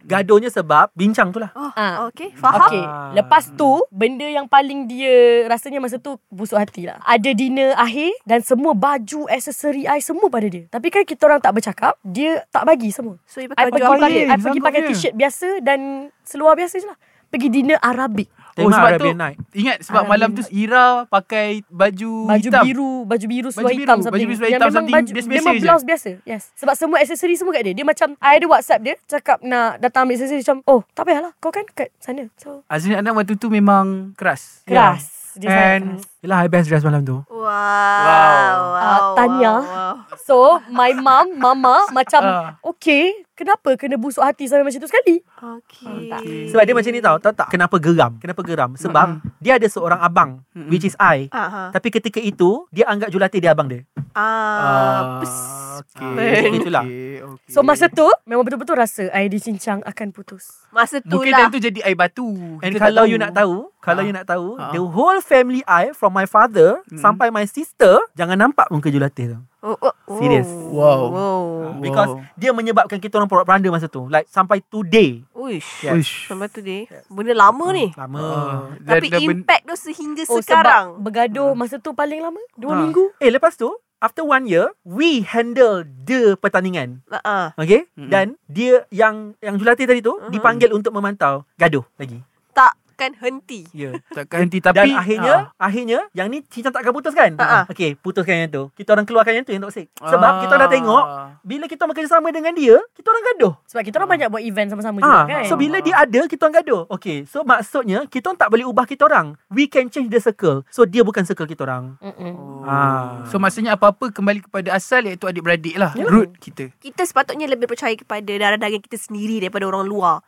S3: Gaduhnya sebab Bincang tu lah
S5: Oh,
S2: Ah.
S5: okay. Faham.
S2: Okay.
S3: Ah.
S2: Lepas tu, benda yang paling dia rasanya masa tu busuk hati lah. Ada dinner akhir dan semua baju, aksesori I semua pada dia. Tapi kan kita orang tak bercakap, dia tak bagi semua.
S5: So, you
S2: I
S5: pakai
S2: pergi
S5: baju apa?
S2: pakai, I pergi
S4: Sanggup
S2: pakai
S4: dia.
S2: t-shirt biasa dan seluar biasa je lah. Pergi dinner Arabik.
S4: Oh
S3: Tema
S4: sebab tu
S3: Arabian Night.
S4: Ingat sebab
S2: Arabian
S4: malam tu Ira pakai baju,
S2: Baju
S4: Oh, hitam.
S2: biru, baju biru
S4: Baju
S2: seluar
S4: biru,
S2: hitam
S4: baju
S2: something.
S4: biru seluar hitam
S2: memang
S4: something
S2: baju,
S4: biasa-biasa
S2: memang
S4: je.
S2: blouse biasa. Yes. Sebab semua aksesori semua kat dia. Dia macam, I ada WhatsApp dia, cakap nak datang ambil aksesori macam, oh tak payahlah, kau kan kat sana. So,
S4: Azrin Adnan waktu tu memang keras.
S2: keras. Dia sangat
S4: And
S2: keras.
S3: Yelah I best dress malam tu
S5: Wow. wow.
S2: Ah, Tanya.
S5: wow.
S2: So my mom, mama macam
S4: Ah.
S2: okay, kenapa kena busuk hati sampai macam tu sekali?
S5: Okay.
S3: Sebab dia macam ni tau Tahu tak kenapa geram Kenapa geram Sebab Dia ada seorang abang
S4: Mm-mm. Ah.
S3: Which is I
S5: Aha.
S3: Tapi ketika itu Dia anggap Julati dia abang dia Ah,
S5: Ah. Pes.
S4: okay.
S3: Itulah.
S4: Okay, okay.
S2: So masa tu memang betul-betul rasa air di cincang akan putus.
S5: Masa tu
S4: Mungkin
S5: lah.
S4: time tu jadi air batu.
S3: And
S4: Kita tak
S3: kalau you nak tahu Kalau
S4: Ah.
S3: you nak tahu
S4: Ah.
S3: The whole family I From my father
S4: Mm.
S3: Sampai my sister Jangan nampak muka Julati tu
S5: Oh, oh, oh.
S3: Serious.
S4: Wow.
S5: Wow.
S3: Because Dia menyebabkan kita orang porak-peranda masa tu Like sampai today
S5: Uish.
S3: Yes.
S4: Uish.
S5: Sampai tu dia. Benda lama ni.
S3: Lama
S4: Ah, dah-
S5: Tapi
S4: dah ben-
S5: impact tu sehingga
S2: Oh, sebab
S5: Oh, sekarang.
S2: bergaduh
S3: Ah.
S2: masa tu paling lama dua
S4: Ah.
S2: minggu.
S3: Eh lepas tu After one year We handle The pertandingan
S5: Ah, ah.
S3: Okay
S4: Mm-mm.
S3: Dan dia yang Yang Julati tadi tu
S5: Mhm.
S3: Dipanggil untuk memantau Gaduh lagi
S5: Takkan henti.
S3: Ya yeah.
S4: Takkan henti tapi
S3: Dan akhirnya Akhirnya Yang ni cincang takkan putus kan
S5: Ha-ha.
S3: Okay putuskan yang tu Kita orang keluarkan yang tu Yang toxic Sebab kita dah tengok Bila kita orang kerjasama dengan dia Kita orang gaduh
S2: Sebab kita orang banyak buat event sama-sama juga
S3: ah,
S2: kan.
S3: So bila dia ada Kita orang gaduh Okay So maksudnya Kita orang tak boleh ubah kita orang We can change the circle So dia bukan circle kita orang
S2: Mm-mm.
S3: Ah.
S4: So maksudnya apa-apa kembali kepada asal iaitu adik-beradik lah.
S2: Ya.
S4: Root kita.
S5: Kita sepatutnya lebih percaya kepada darah daging kita sendiri daripada orang luar.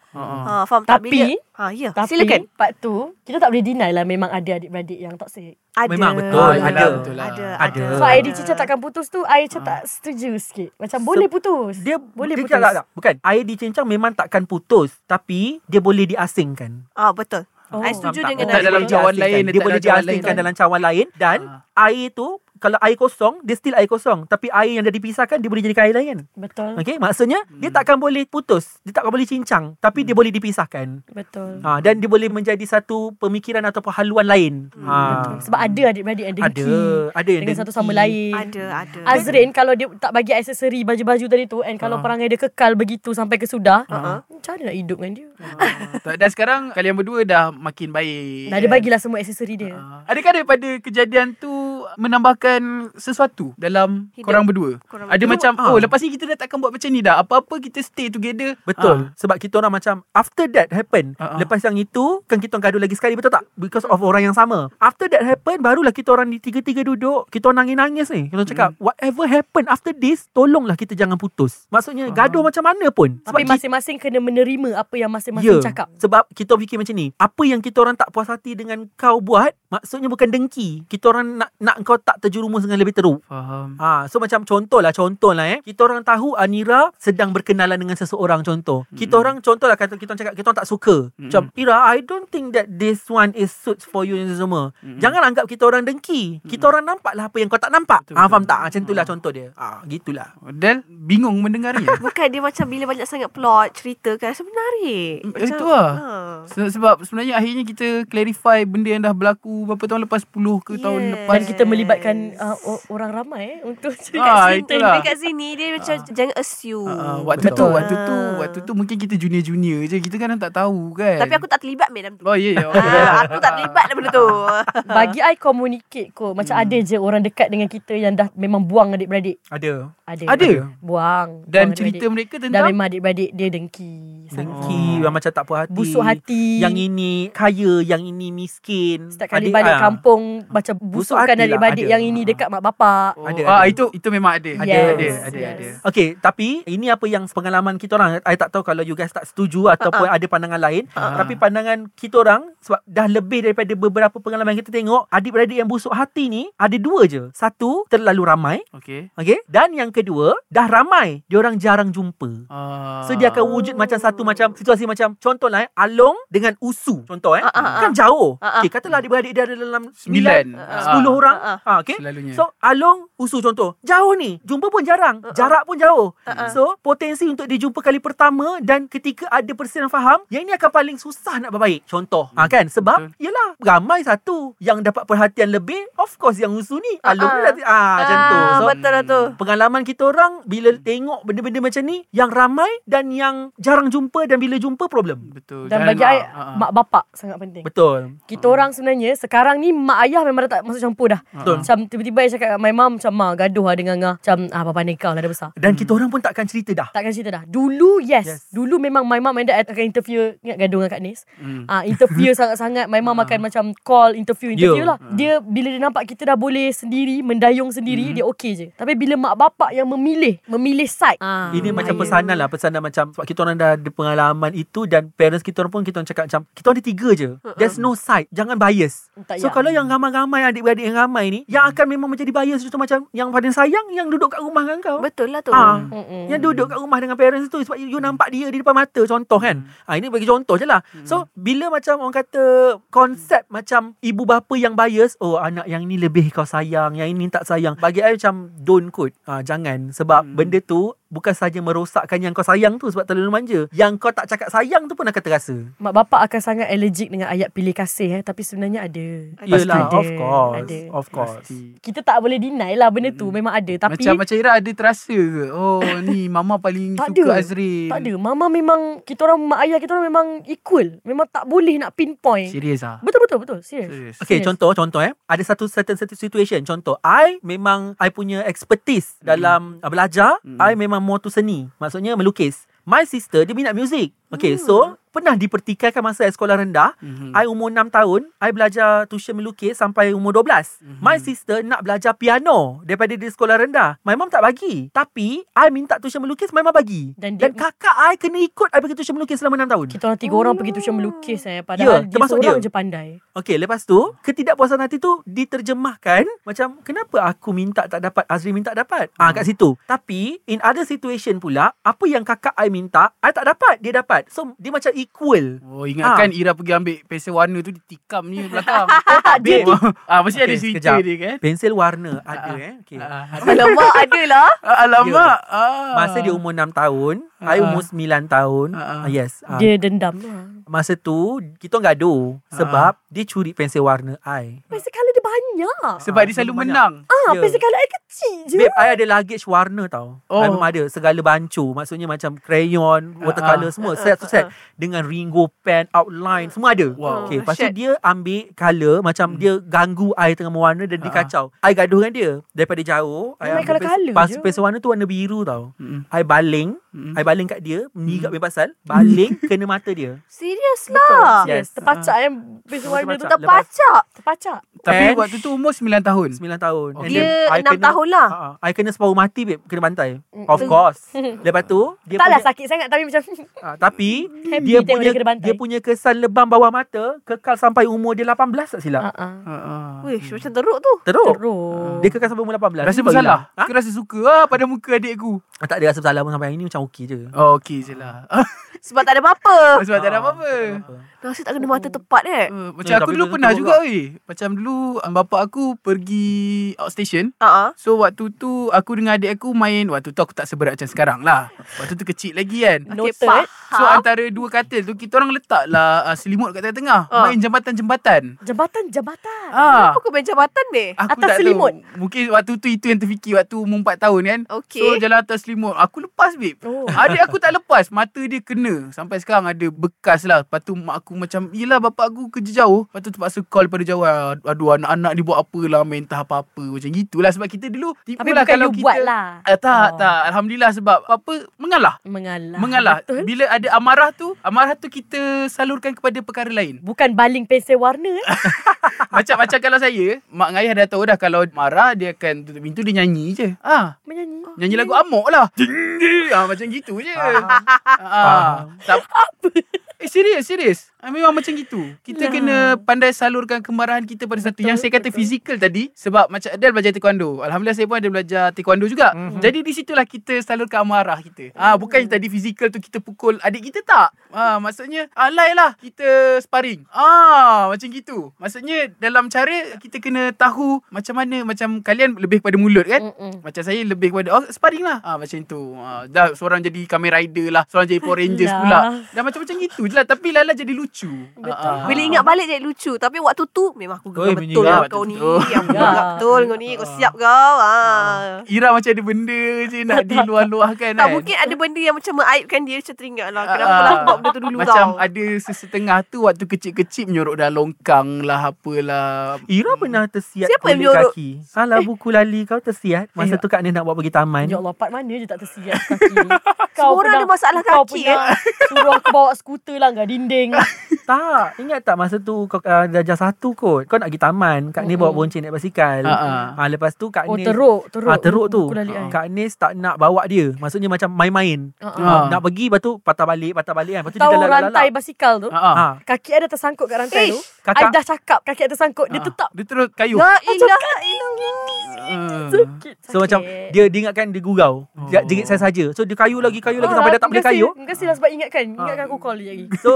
S5: Ha,
S4: Ha.
S5: faham tak?
S2: Tapi-
S5: Bila- ha, ya.
S2: Tapi
S5: Silakan.
S2: part tu kita tak boleh deny lah memang ada adik-beradik yang toxic.
S5: Ada.
S3: Memang betul,
S5: ada.
S3: ada.
S5: Ada.
S4: Betul lah.
S5: Ada.
S3: Ada.
S2: So air di cincang takkan putus tu I macam tak setuju sikit. Macam boleh putus.
S3: Ah. Dia
S2: boleh
S3: dia
S2: putus.
S3: tak, tak, tak. Bukan Air dicencang memang takkan putus Tapi Dia boleh diasingkan
S5: Ah, betul.
S2: Oh.
S5: I setuju
S3: Faham tak?
S5: dengan
S4: Letak
S5: Azrin.
S4: dalam
S3: Dia
S4: cawan
S3: asingkan.
S4: lain,
S3: Dia
S4: letak
S3: boleh
S4: dalam cawan
S3: diasingkan
S4: lain.
S3: dalam cawan lain Dan Air tu Kalau air kosong Dia still air kosong Tapi air yang dah dipisahkan Dia boleh jadikan air lain
S2: Betul.
S3: Okay, maksudnya hmm. dia takkan boleh putus, dia takkan boleh cincang, tapi dia boleh dipisahkan.
S2: Betul.
S3: Ha, dan dia boleh menjadi satu pemikiran ataupun haluan lain. Ha.
S2: Sebab ada adik-beradik yang dengki.
S3: ada ada yang
S2: Dengan
S3: dengki.
S2: satu sama lain.
S5: Ada, ada.
S2: Azrin kalau dia tak bagi aksesori baju-baju tadi tu and kalau
S3: Ah.
S2: perangai dia kekal begitu sampai ke sudah,
S5: Ah.
S2: macam mana nak hidup dengan dia? Ah,
S4: Ah, Tak, Dan sekarang kalian berdua dah makin baik.
S2: Dah dia bagilah semua aksesori dia.
S4: Ah. Adakah daripada kejadian tu menambahkan sesuatu
S5: Hidup
S4: dalam Hidup. korang berdua.
S5: Korang
S4: Ada
S5: berdua.
S4: macam
S3: Ah.
S4: oh lepas ni kita dah takkan buat macam ni dah. Apa-apa kita stay together.
S3: Betul. Ah. Sebab kita orang macam after that happen,
S4: Ah, ah.
S3: lepas yang itu kan kita orang gaduh lagi sekali betul tak? Because of orang yang sama. After that happen barulah kita orang ni tiga-tiga duduk, kita orang nangis-nangis ni. Kita orang cakap whatever happen after this, tolonglah kita jangan putus. Maksudnya gaduh macam mana pun.
S2: Tapi
S3: kita-
S2: masing-masing kena menerima apa yang
S3: Ya.
S2: masing-masing cakap.
S3: Sebab kita fikir macam ni, apa yang kita orang tak puas hati dengan kau buat, maksudnya bukan dengki. Kita orang nak nak kau tak terjerumus dengan lebih teruk.
S4: Ah, Faham.
S3: Ha, so macam contohlah, contohlah eh. Kita orang tahu Anira sedang berkenalan dengan seseorang contoh. Kita
S4: Mm-mm.
S3: orang contohlah kata kita orang cakap kita orang tak suka. Macam Ira, I don't think that this one is suits for you dan semua.
S4: Mm-mm.
S3: Jangan anggap kita orang dengki. Kita orang nampaklah apa yang kau tak nampak.
S4: Betul,
S3: Ah,
S4: betul.
S3: faham tak? Ah, Macam itulah contoh dia. Ah, gitulah.
S4: Odell bingung mendengarnya.
S5: Bukan dia macam bila banyak sangat plot cerita kan Rasa menarik
S4: Mm,
S5: Macam-
S4: itu lah.
S5: Ha.
S4: Se- Sebab sebenarnya akhirnya kita clarify benda yang dah berlaku berapa tahun lepas 10 ke tahun
S5: Yes.
S4: lepas.
S2: Dan kita melibatkan
S5: Yes.
S2: uh, o- orang ramai eh, untuk cerita.
S5: Kat
S4: Ah,
S5: sini,
S4: itulah.
S5: Dekat sini dia macam jangan assume
S4: Uh, waktu
S3: Betul.
S4: tu, waktu tu,
S5: Ah.
S4: waktu tu mungkin kita junior-junior je. Kita kan tak tahu kan.
S5: Tapi aku tak terlibat main dalam tu
S4: Oh, ya, ya. okay.
S5: Ah, Aku tak terlibat dalam benda tu
S2: Bagi I communicate kot. Macam ada je orang dekat dengan kita yang dah memang buang adik-beradik.
S3: Ada.
S2: Ada.
S4: Ada.
S2: Buang.
S5: Oh,
S4: Dan
S2: buang adik-beradik.
S4: cerita mereka
S2: Dan
S4: tentang
S2: memang adik-beradik dia dengki. sangat.
S3: Dengki,
S4: Oh.
S3: yang macam tak puas hati.
S2: Busuk hati.
S3: Yang ini kaya, yang ini miskin.
S2: Setiap kali
S3: Adik-
S2: balik
S3: ah.
S2: kampung Macam
S3: Busuk
S2: busukkan
S3: hati lah,
S2: adik-beradik
S3: ada.
S2: yang ini dekat mak bapak
S4: oh,
S3: Ada,
S4: ada, ah,
S3: ada.
S4: itu itu memang ada. Ada,
S2: Yes,
S4: ada,
S2: yes.
S4: ada, ada.
S3: Okay, tapi ini apa yang pengalaman kita orang. I tak tahu kalau you guys tak setuju ataupun uh-uh. ada pandangan lain. Uh-uh. Tapi pandangan kita orang, sebab dah lebih daripada beberapa pengalaman kita tengok, adik-beradik yang busuk hati ni, ada dua je. Satu, terlalu ramai.
S4: Okey.
S3: Okay? Dan yang kedua, dah ramai. Diorang jarang jumpa.
S4: Ah.
S3: So dia akan wujud macam satu macam situasi macam contohlah eh, Along dengan Usu contoh eh
S5: Ah, ah, ah.
S3: kan jauh.
S5: Ah, ah.
S3: Okay, katalah adik-beradik dia ada dalam 9
S4: sembilan.
S3: 10
S4: Ah.
S3: orang.
S5: Ah,
S3: Ha
S2: eh?
S3: okay.
S4: Selalunya.
S3: So Along Usu contoh Jauh ni Jumpa pun jarang
S5: Uh-uh.
S3: Jarak pun jauh
S5: Uh-uh.
S3: So potensi untuk dijumpa kali pertama Dan ketika ada persen faham Yang ini akan paling susah nak berbaik Contoh
S5: Hmm,
S3: ha, kan Sebab Yelah Ramai satu Yang dapat perhatian lebih Of course yang Usu ni
S5: Uh-uh.
S3: Along ni dah ah, Macam tu
S5: Ah,
S3: So
S5: Betul Hmm. lah tu
S3: Pengalaman kita orang Bila tengok benda-benda macam ni Yang ramai Dan yang jarang jumpa Dan bila jumpa problem
S4: betul.
S2: Dan
S4: Jangan
S2: bagi I
S4: Ah, ah.
S2: Mak bapak sangat penting
S3: lah. Ha, Betul
S2: Kita orang sebenarnya Sekarang ni Mak ayah memang dah tak masuk campur dah
S3: Betul.
S2: Macam tiba-tiba I cakap dengan my mum Macam ma gaduh lah dengan Ngah Macam ah, Papa ni kau lah dah besar
S5: Hmm.
S3: Dan kita orang pun takkan cerita dah
S2: Takkan cerita dah Dulu yes,
S3: Yes.
S2: yes. Dulu memang my mum and dad Akan interview Ingat gaduh dengan Kak Nis
S4: Hmm.
S2: Ah, interview sangat-sangat My
S3: Ha,
S2: mum akan macam Call interview Interview
S3: Yeah.
S2: lah Dia bila dia nampak Kita dah boleh sendiri Mendayung
S3: Hmm.
S2: sendiri Dia okey je Tapi bila mak bapak Yang memilih Memilih side ah,
S3: Ini macam
S2: bahaya.
S3: pesanan lah Pesanan macam Sebab kita orang dah ada pengalaman itu Dan parents kita orang pun Kita orang cakap macam Kita orang ada tiga je There's no side Jangan bias
S2: Tak
S3: So
S2: payah.
S3: kalau yang ramai-ramai Adik-beradik yang ramai ni Yang akan memang menjadi bias Contoh macam Yang paling sayang Yang duduk kat rumah dengan kau
S5: Betul lah tu
S3: Ah,
S2: Mm-mm.
S3: Yang duduk kat rumah dengan parents tu Sebab you, you nampak dia di depan mata Contoh kan ha, Ini bagi contoh je lah So bila macam orang kata Konsep macam Ibu bapa yang bias Oh anak yang ni lebih kau sayang Yang ini tak sayang Bagi saya macam Don't kot ha, Jangan Sebab
S4: Hmm.
S3: benda tu Bukan saja merosakkan yang kau sayang tu Sebab terlalu manja Yang kau tak cakap sayang tu pun akan terasa
S2: Mak bapak akan sangat allergic dengan ayat pilih kasih eh. Tapi sebenarnya ada.
S5: Pasti
S3: Yelah
S2: ada,
S3: of course
S2: ada.
S3: Of course
S2: Kita tak boleh deny lah benda tu. Memang ada. Tapi
S4: Macam macam Ira ada terasa ke? Oh, ni mama paling
S2: Tak
S4: suka
S2: ada.
S4: Azrin.
S2: tak ada. Mama memang, kita orang, mak ayah kita orang memang equal. Memang tak boleh nak pinpoint.
S4: Serius ah.
S2: Betul-betul, betul. Serius.
S4: Serius.
S2: Yes.
S3: Okay, contoh, contoh eh. Ada satu certain, certain situation. Contoh, I memang, I punya expertise mm. dalam uh, belajar. Mm.
S4: Mm.
S3: I memang more to seni. Maksudnya melukis. My sister, dia minat muzik. Okay, mm.
S2: Hmm.
S3: so pernah dipertikaikan masa I sekolah rendah. Mm.
S4: Mhm.
S3: I umur 6 tahun, I belajar tuition melukis sampai umur 12. Mm. My sister nak belajar piano daripada dia sekolah rendah. My mom tak bagi. Tapi, I minta tuition melukis, my mom bagi.
S2: Dan
S3: Dan, Dan
S2: dia-
S3: kakak I kena ikut I pergi tuition melukis selama 6 tahun.
S2: Kita orang tiga orang pergi tuition melukis eh. Padahal dia
S3: termasuk
S2: seorang
S3: dia.
S2: je pandai.
S3: Okay, lepas tu ketidakpuasan hati tu diterjemahkan macam kenapa aku minta tak dapat, Azri minta dapat.
S4: Hmm.
S3: Ah ha, kat situ. Tapi in other situation pula, apa yang kakak I minta, I tak dapat, dia dapat. So dia macam equal.
S4: Oh
S2: Ah.
S4: ingatkan Ira pergi ambil pensel warna tu ditikam ni belakang.
S3: dia
S4: ah mesti ada
S3: Okay,
S4: cerita
S3: sekejap.
S4: dia kan.
S3: Pensel warna ada eh. Okay.
S4: Ah,
S5: Alamak ada lah
S4: ah, Alamak. Ah.
S3: Masa dia umur 6 tahun, I
S4: Ah.
S3: umur 9 tahun.
S4: Ah, ah.
S3: Ah, Yes. ah.
S2: Dia dendam lah.
S3: Masa tu Kita orang gaduh
S4: Ah,
S3: Sebab Dia curi pensel warna I
S2: Pencil colour dia banyak.
S4: Sebab
S3: Ah,
S4: dia
S3: banyak.
S4: selalu menang.
S2: Ah,
S3: Ya.
S2: yeah. pencil colour I kecil je.
S3: Babe, I ada luggage warna tau. Oh.
S4: Oh.
S3: I memang ada segala bancu. Maksudnya macam crayon, watercolour, semua. Set tu set. Dengan ringo pen, outline, semua ada.
S4: Wow.
S3: Okay, lepas tu
S5: Shit.
S3: dia ambil colour macam dia ganggu I tengah mewarna dan dia
S4: Ah.
S3: kacau. I gaduh dengan dia. Daripada jauh,
S2: Memang
S3: I
S2: colour-colour
S3: pas,
S2: je.
S3: pencil warna tu warna biru tau.
S4: Mm-mm.
S3: I baling,
S4: Mm-mm.
S3: I baling kat dia, menyigap bebas pasal, baling kena mata dia.
S5: Serius lah.
S3: Yes.
S2: Yes. Terpacak uh, yang pencil
S3: Lepas
S2: warna tu
S3: tu pacak.
S2: terpacak.
S5: Pacak.
S2: Terpacak.
S4: Tapi
S3: And-
S4: waktu tu umur 9 tahun.
S3: 9 tahun. And
S5: Dia
S3: then I
S5: enam
S3: kena-
S5: tahun lah.
S3: Ah, ah. I kena separuh mati babe, kena bantai. Of course. Lepas tu dia
S2: Taklah
S3: punya-
S2: sakit sangat tapi macam
S3: Ah, tapi
S2: Happy
S3: dia
S2: tengok
S3: punya
S2: dia kena bantai.
S3: dia punya kesan lebam bawah mata kekal sampai umur dia 18 tak silap.
S2: Ah, ah.
S4: Ah, ah.
S5: Wih, macam teruk tu.
S3: Teruk. Ah.
S2: Teruk.
S3: Dia kekal sampai umur 18.
S4: Rasa
S3: Ni baru hilang.
S4: bersalah.
S3: Ha?
S4: Aku rasa suka lah pada muka adik aku.
S3: Ah, Tak ada rasa bersalah pun sampai hari ni macam okey je.
S4: Oh, okey je lah.
S5: Sebab tak ada apa-apa.
S4: Sebab tak ada apa-apa.
S5: Nasib tak kena mata tepat eh.
S4: Uh,
S3: Eh,
S4: macam aku
S3: tapi
S4: dulu
S3: tu
S4: pernah
S3: betul
S4: juga weh. Macam dulu um, bapa aku pergi outstation.
S5: Ha ah.
S4: So waktu tu aku dengan adik aku main Waktu tu aku tak seberat macam sekarang lah Waktu tu kecil lagi kan
S2: Noted.
S5: Okay,
S4: So
S5: faham.
S4: antara dua katil tu Kita orang letak lah uh, selimut kat tengah-tengah
S5: Ah.
S4: Main jambatan-jambatan
S2: Jambatan-jambatan.
S4: Ah,
S5: Apa kau main jabatan ni?
S4: Aku
S2: Atas
S4: tak
S2: selimut?
S4: tahu. Mungkin waktu tu itu yang terfikir waktu umur 4 tahun kan.
S5: Okey.
S4: So jalan atas selimut. Aku lepas babe.
S2: Oh.
S4: Adik aku tak lepas. Mata dia kena. Sampai sekarang ada bekas lah. Lepas tu mak aku macam, yelah bapak aku kerja jauh. Lepas tu terpaksa call pada jauh. "Ah, Aduh anak-anak ni buat apa lah. Main tak apa-apa. Macam gitulah. Sebab kita dulu. Tipu
S2: Tapi
S4: lah
S2: bukan
S4: kalau
S2: you
S4: kita.
S2: buat lah.
S4: Ah, tak,
S2: Oh.
S4: tak. Alhamdulillah sebab apa mengalah.
S2: Mengalah.
S4: Mengalah.
S2: Betul.
S4: Bila ada amarah tu, amarah tu kita salurkan kepada perkara lain.
S2: Bukan baling pensel warna. eh.
S4: macam macam kalau saya, mak dengan ayah dah tahu dah kalau marah dia akan tutup pintu dia nyanyi je. Ah,
S2: Menyanyi.
S4: Nyanyi lagu amok lah Tinggi ah, Macam gitu je
S3: Faham.
S4: ah, tak, Apa Eh serius serius ah, Memang macam gitu Kita
S2: Lah.
S4: kena Pandai salurkan kemarahan kita pada satu
S2: Betul,
S4: Yang saya kata
S2: betul.
S4: fizikal tadi Sebab macam Adel belajar taekwondo Alhamdulillah saya pun ada belajar taekwondo juga
S2: Mhm.
S4: mm-hmm. Jadi di situlah kita salurkan amarah kita ah, Bukan yang tadi fizikal tu kita pukul adik kita tak ah, Maksudnya Alai lah Kita sparring ah, Macam gitu Maksudnya dalam cara Kita kena tahu Macam mana Macam kalian lebih kepada mulut kan
S2: Mm-mm.
S4: macam saya lebih kepada oh, sparring lah ah, Macam tu ah, Dah seorang jadi Kamen Rider lah Seorang jadi Power Rangers
S2: Lah.
S4: pula Dah macam-macam gitu je lah Tapi Lala jadi lucu Ah, Betul
S5: Bila
S2: Ah.
S5: ingat balik jadi lucu Tapi waktu tu Memang aku
S3: Oi,
S5: geram betul
S3: menyerah
S5: lah
S4: waktu
S5: kau
S4: tu. Ah.
S5: ni Aku
S2: Ya.
S5: geram betul kau ni Kau siap kau ha.
S4: Ira macam ada benda je Nak diluah-luahkan
S5: Tak
S4: Ah. kan
S5: mungkin ada benda yang macam Mengaibkan dia Macam teringat lah Kenapa
S4: Ah,
S5: lah aku buat benda tu dulu
S4: Macam
S5: tau
S4: ada sesetengah tu Waktu kecil-kecil Menyorok dah longkang lah Apalah
S3: Ira
S2: Hmm.
S3: pernah tersiat
S5: Siapa yang
S3: kulit
S5: menyuruh?
S3: kaki. Alah buku lali kau tersiat. Masa
S4: Eh.
S3: tu Kak Nen nak bawa pergi taman.
S2: Ya Allah, part mana je tak tersiap kaki ni.
S5: Semua orang ada masalah
S2: kau
S5: kaki,
S2: pernah
S3: eh.
S2: suruh aku bawa skuter lah kat dinding.
S3: Kan? Tak, ingat tak masa tu kau uh, darjah satu kot. Kau nak pergi taman, Kak Nen
S2: Mm-mm.
S3: bawa bonceng naik basikal.
S4: Ah, ah.
S3: Ah, lepas tu Kak
S2: Hmm. Ha, Oh,
S3: Nen
S2: teruk. Teruk, eh.
S3: Ah, teruk tu.
S2: Pukul alik I.
S3: Kak Nis tak nak bawa dia. Maksudnya macam main-main.
S2: Ah, ah.
S4: Ah.
S3: Ah. Nak pergi lepas tu patah balik, patah balik kan. Lepas tu
S2: Tahu
S3: dia lalak-lalak.
S2: rantai basikal tu?
S4: Ah, ah.
S3: Ah. Eh,
S2: Kaki I dah tersangkut kat rantai
S5: Ish,
S2: tu. I
S3: kakak-
S2: dah cakap kaki I tersangkut. Dia
S4: Ah,
S2: tetap
S4: Dia terus kayu
S5: La
S2: kan?
S5: ilaha
S4: Ah.
S2: sakit. Oh.
S3: So macam dia dia ingatkan dia gurau. Dia jengit saya saja. So dia kayu lagi, kayu lagi sampai dah tak boleh kayu.
S2: Ah,
S3: Ah.
S2: Terima kasih lah sebab ingatkan. Ingatkan aku call dia lagi.
S3: So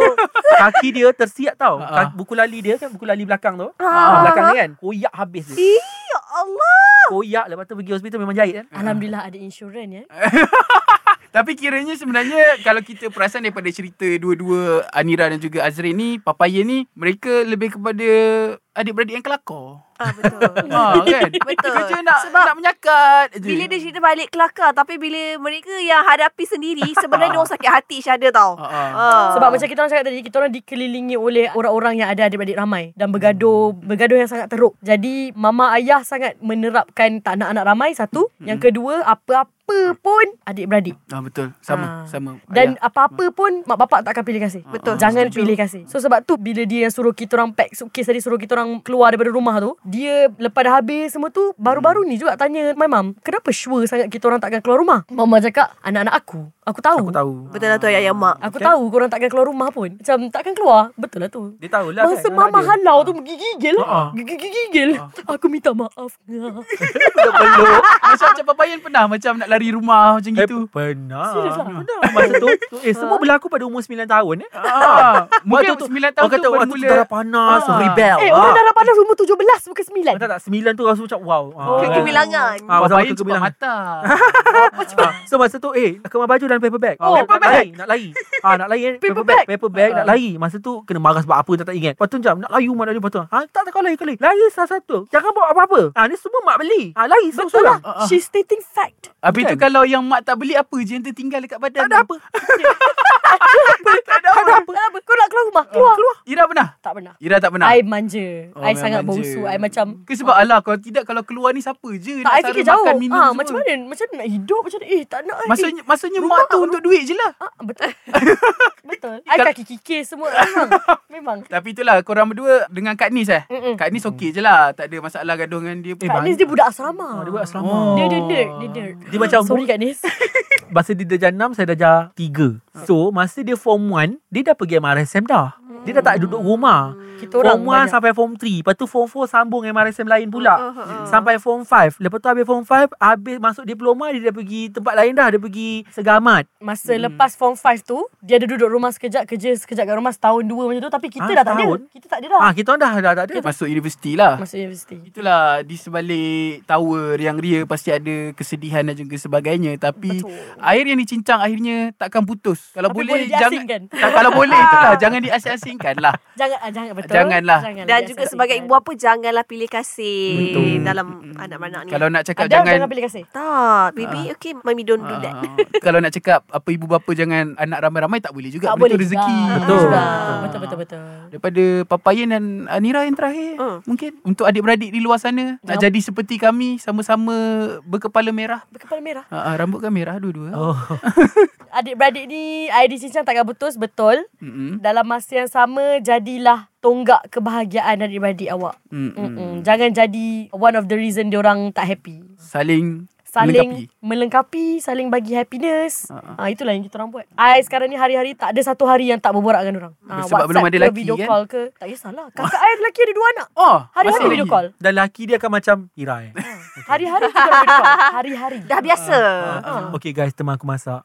S3: kaki dia tersiat tau.
S2: Ha,
S4: Ah, ah.
S3: Ka- Buku lali dia kan buku lali belakang tu.
S5: Ah.
S3: Belakang ni kan koyak habis dia.
S5: Ih, Ya Allah
S3: Koyak lepas tu pergi hospital memang jahit kan.
S2: Alhamdulillah ada insurans ya.
S4: Tapi kiranya sebenarnya kalau kita perasan daripada cerita dua-dua Anira dan juga Azrin ni, Papaya ni mereka lebih kepada adik-beradik yang kelakar.
S5: Ah, Betul
S4: Ha kan?
S5: Betul.
S4: Kerja nak Sebab nak menyakat je.
S5: Bila dia cerita balik kelakar Tapi bila mereka yang hadapi sendiri Sebenarnya dia orang sakit hati Syada tau
S4: Ah, ah.
S5: Ah.
S2: Sebab macam kita orang cakap tadi, kita orang dikelilingi oleh orang-orang yang ada adik-beradik ramai dan bergaduh, bergaduh yang sangat teruk. Jadi mama ayah sangat menerapkan tak nak anak ramai satu,
S4: Hmm.
S2: yang kedua apa-apa pun adik-beradik.
S4: Ah betul. Sama,
S2: Ah.
S4: sama.
S2: Dan
S4: Ayah. Hmm. Ah,
S2: apa-apa pun mak bapak tak akan pilih kasih.
S5: Betul.
S2: Jangan
S5: Setuju.
S2: pilih kasih. So sebab tu bila dia yang suruh kita orang pack suitcase tadi suruh kita orang keluar daripada rumah tu, dia lepas dah habis semua tu baru-baru
S4: Hmm.
S2: ni juga tanya my mom, kenapa sure sangat kita orang takkan keluar rumah? Mama cakap anak-anak aku, aku tahu.
S3: Aku tahu.
S5: Betul lah tu ayat-ayat mak
S2: Aku okay. tahu korang takkan keluar rumah pun. Macam takkan keluar. Betul lah tu.
S3: Dia tahulah kan.
S2: Masa mama
S3: anak dia.
S2: halau tu gigil.
S3: Ha.
S2: Gigil-gigil. Aku minta maaf.
S4: Peluk. macam macam Papayan pernah macam nak lari rumah macam
S3: Eh,
S4: gitu.
S3: pernah.
S2: Serius lah? Ha.
S3: Pernah. Masa tu, tu eh semua berlaku pada umur 9 tahun eh.
S4: Ah, mungkin
S3: Waktu tu-
S4: 9 tahun
S3: Orang kata
S4: tu
S3: waktu tu
S4: bermula
S3: darah panas,
S4: Ah.
S3: rebel.
S2: eh, orang
S3: Ah.
S2: darah panas umur 17 bukan 9.
S3: Tak tak sembilan tu rasa macam wow. Ah.
S2: Oh.
S5: Kebilangan
S3: Ah, pasal
S4: Papayan
S3: aku
S4: cepat
S3: bilang.
S4: mata.
S3: Ah, So Ha, masa tu eh kemas baju dalam paper bag.
S4: Oh,
S3: paper bag. Nak lari. ah, nak lari kan.
S2: Paper bag.
S3: Paper bag nak
S4: Ah.
S3: lari. Masa tu kena marah sebab apa tak, tak ingat. Lepas tu macam nak layu mak nak layu. Lepas tu, ha, tak tak kau lari kau lari. Lari satu-satu. Jangan bawa apa-apa. Ah, ni semua mak beli. Ah, lari seorang-seorang.
S4: Ah, ah.
S2: lah. She's stating fact.
S4: Habis tu
S3: Kan?
S4: kalau yang mak tak beli apa je yang tertinggal dekat badan.
S3: Tak ada apa.
S4: tu?
S3: tak ada apa. Tak ada apa.
S2: Kenapa? Kau nak keluar rumah? Keluar. keluar.
S4: Ira pernah?
S2: Tak pernah.
S4: Ira tak pernah.
S2: I manja.
S4: Oh,
S2: I
S4: memang
S2: sangat
S4: manja.
S2: bongsu. I macam
S4: Ke sebab alah kalau tidak kalau keluar ni siapa je
S2: tak, I
S4: sara
S2: fikir jauh.
S4: makan minum
S2: Ah,
S4: semua.
S2: macam mana? Macam mana nak hidup? Macam mana? Eh, tak nak. eh.
S4: Maksudnya maksudnya
S2: Rumah
S4: mak tu
S2: lah,
S4: untuk duit je lah.
S2: Ah, betul. betul. I
S4: Kalau-
S2: kaki kikir semua. Memang. Memang.
S4: Tapi itulah korang berdua dengan Kak Nis eh.
S2: Mm-mm.
S4: Kak Nis
S3: Mm.
S4: okey je lah. Tak ada masalah gaduh dengan dia.
S3: Eh,
S2: Kak
S3: banyak.
S2: Nis dia budak asrama.
S3: Dia Ha, buat asrama.
S4: Oh.
S2: Dia dia nerd. Dia nerd.
S3: Dia macam
S2: Sorry Kak Nis.
S3: Masa dia darjah 6 Saya darjah 3 So masa dia form 1 Dia dah pergi MRSM dah Dia dah tak duduk rumah
S2: Kita orang
S3: Form 1
S2: banyak.
S3: sampai form 3 Lepas tu form 4 Sambung MRSM lain pula
S5: Ah, ah, ah.
S3: Sampai form 5 Lepas tu habis form 5 Habis masuk diploma Dia dah pergi tempat lain dah Dia pergi Segamat
S2: Masa hmm. lepas form 5 tu Dia ada duduk rumah sekejap Kerja sekejap kat rumah Setahun dua macam tu Tapi kita
S3: Ah,
S2: dah tak
S3: setahun?
S2: ada Kita tak ada dah
S3: Ah Kita orang dah, dah tak ada
S4: Masuk universiti lah.
S2: Masuk universiti
S4: Itulah di sebalik tower yang ria pasti ada kesedihan dan juga sebagainya tapi
S2: Betul.
S4: air yang dicincang akhirnya takkan putus. Kalau
S2: Tapi
S4: boleh,
S2: boleh
S4: jangan
S2: diasingkan.
S4: tak, kalau boleh itulah jangan diasing-asingkan lah.
S2: Jangan ah, jangan betul
S4: Janganlah.
S5: Dan juga sebagai
S2: kan.
S5: ibu
S2: Ah,
S5: apa janganlah pilih kasih
S3: Betul.
S5: dalam anak-anak ni.
S4: Kalau nak
S2: Adam
S4: cakap
S2: jangan,
S4: jangan,
S2: jangan pilih kasih
S5: tak, baby, okay, mommy don't do that.
S4: Ah, kalau nak cakap apa ibu bapa jangan anak ramai-ramai tak boleh juga.
S2: Tak
S4: Benda tu
S2: boleh
S4: rezeki.
S2: juga.
S3: Betul.
S2: Betul Betul betul betul
S4: Daripada Papayan dan Anira yang terakhir
S5: Hmm.
S4: Mungkin Untuk adik-beradik di luar sana Nak
S2: Jangan-
S4: jadi seperti kami Sama-sama Berkepala merah
S2: Berkepala merah
S4: ha, ha, Rambut kan merah dua-dua oh.
S3: Oh
S2: Adik-beradik ni Air dicincang takkan putus Betul
S4: Mm-mm.
S2: Dalam masa yang sama Jadilah Tonggak kebahagiaan Adik-beradik awak
S4: Mm-mm.
S2: Mm-mm. Jangan jadi One of the reason Diorang tak happy
S4: Saling
S2: Saling melengkapi. melengkapi Saling bagi happiness
S4: Ha,
S2: uh-huh. ha, Itulah yang kita orang buat I sekarang ni hari-hari Tak ada satu hari yang tak berborak dengan orang ha,
S4: Sebab belum ada lelaki,
S2: ke, video
S4: kan?
S2: call ke Tak kisahlah Kakak I lelaki ada dua anak
S4: Oh
S2: Hari-hari
S4: masih
S2: video
S4: lagi.
S2: call
S3: Dan lelaki dia akan macam Ira eh
S2: Hari-hari kita orang video call Hari-hari
S5: Dah biasa.
S4: Ah.
S3: Okay guys Teman aku masak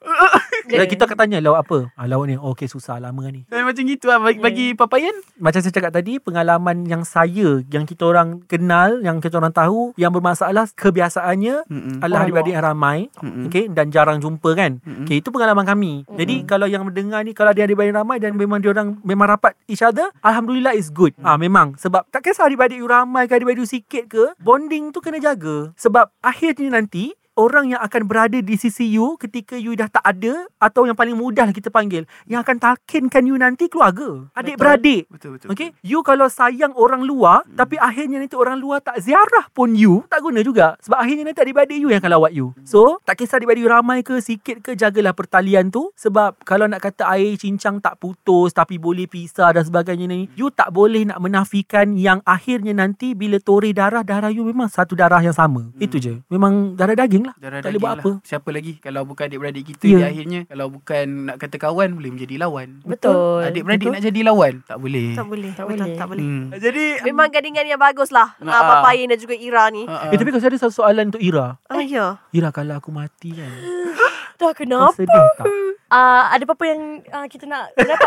S3: Dan kita akan tanya Lauk apa ah, Lauk ni Okay susah lama ni
S4: Dan macam gitu lah Bagi, bagi Papayan
S3: macam saya cakap tadi pengalaman yang saya yang kita orang kenal yang kita orang tahu yang bermasalah kebiasaannya
S4: Mm-mm.
S3: adalah adik-adik yang ramai
S4: Mm-mm.
S3: okay, dan jarang jumpa kan
S4: Mm-mm.
S3: okay, itu pengalaman kami jadi kalau yang mendengar ni kalau ada adik-adik yang ramai dan memang dia orang memang rapat each other Alhamdulillah is
S4: Mm.
S3: good ah memang sebab tak kisah adik-adik you ramai ke adik-adik you sikit ke bonding tu kena jaga sebab akhirnya nanti orang yang akan berada di sisi you ketika you dah tak ada atau yang paling mudah lah kita panggil yang akan talkinkan you nanti keluarga adik-beradik
S4: Betul-betul
S3: Okay You kalau sayang orang luar hmm. Tapi akhirnya nanti orang luar Tak ziarah pun you Tak guna juga Sebab akhirnya nanti adik-adik you Yang akan lawat you So Tak kisah adik-adik you ramai ke Sikit ke Jagalah pertalian tu Sebab Kalau nak kata air cincang tak putus Tapi boleh pisah dan sebagainya ni You tak boleh nak menafikan Yang akhirnya nanti Bila toreh darah Darah you memang satu darah yang sama hmm. Itu je Memang darah daging lah
S4: Darah
S3: Tak boleh
S4: daging
S3: buat apa
S4: lah. Siapa lagi Kalau bukan adik-beradik kita
S3: Ya.
S4: yeah. Di akhirnya Kalau bukan nak kata kawan Boleh menjadi lawan
S2: Betul
S4: Adik-beradik nak jadi lawan Tak boleh
S5: Tak boleh.
S2: Tak
S5: Betul,
S2: boleh.
S5: Tak boleh.
S4: Hmm.
S3: Jadi
S5: Memang gandingan yang bagus lah.
S4: Ah.
S5: Ah, Papayin dan juga Ira ni.
S4: Ha, ha.
S3: Eh tapi kalau saya ada satu soalan untuk Ira
S5: Ah, ya.
S3: Ira kalau aku mati kan
S2: Dah
S3: Kau
S2: kenapa
S3: sedih tak?
S2: uh, Ada apa-apa yang uh, Kita nak Lepak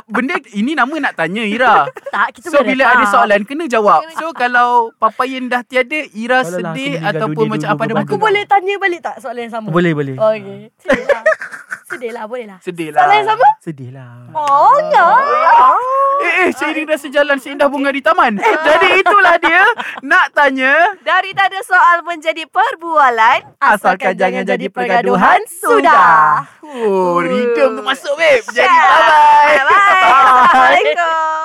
S4: Benda ini nama nak tanya Ira
S2: tak Kita boleh
S4: So
S2: Ah.
S4: bila
S2: lepak.
S4: ada soalan Kena jawab So kalau Papayan dah tiada Ira
S3: Kalau lah aku
S4: sedih
S3: meninggal
S4: Ataupun
S3: dunia
S4: macam
S3: dulu
S4: apa ada
S3: berbadan.
S2: Aku boleh tanya balik tak Soalan yang sama
S3: Boleh boleh
S2: oh, Okay Sedih lah Sedih lah boleh lah
S4: Sedih lah
S2: Soalan yang sama
S3: Sedih lah
S4: Ah.
S2: Oh no
S4: Eh eh Seiring dah sejalan Seindah bunga di taman Jadi itulah dia Nak tanya
S5: Dari tanda soal menjadi perbualan.
S4: Asalkan jangan jadi pergaduhan
S5: Sudah.
S4: Oh Rhythm tu masuk babe Jadi
S5: Yeah.
S4: bye bye
S5: Bye. Assalamualaikum.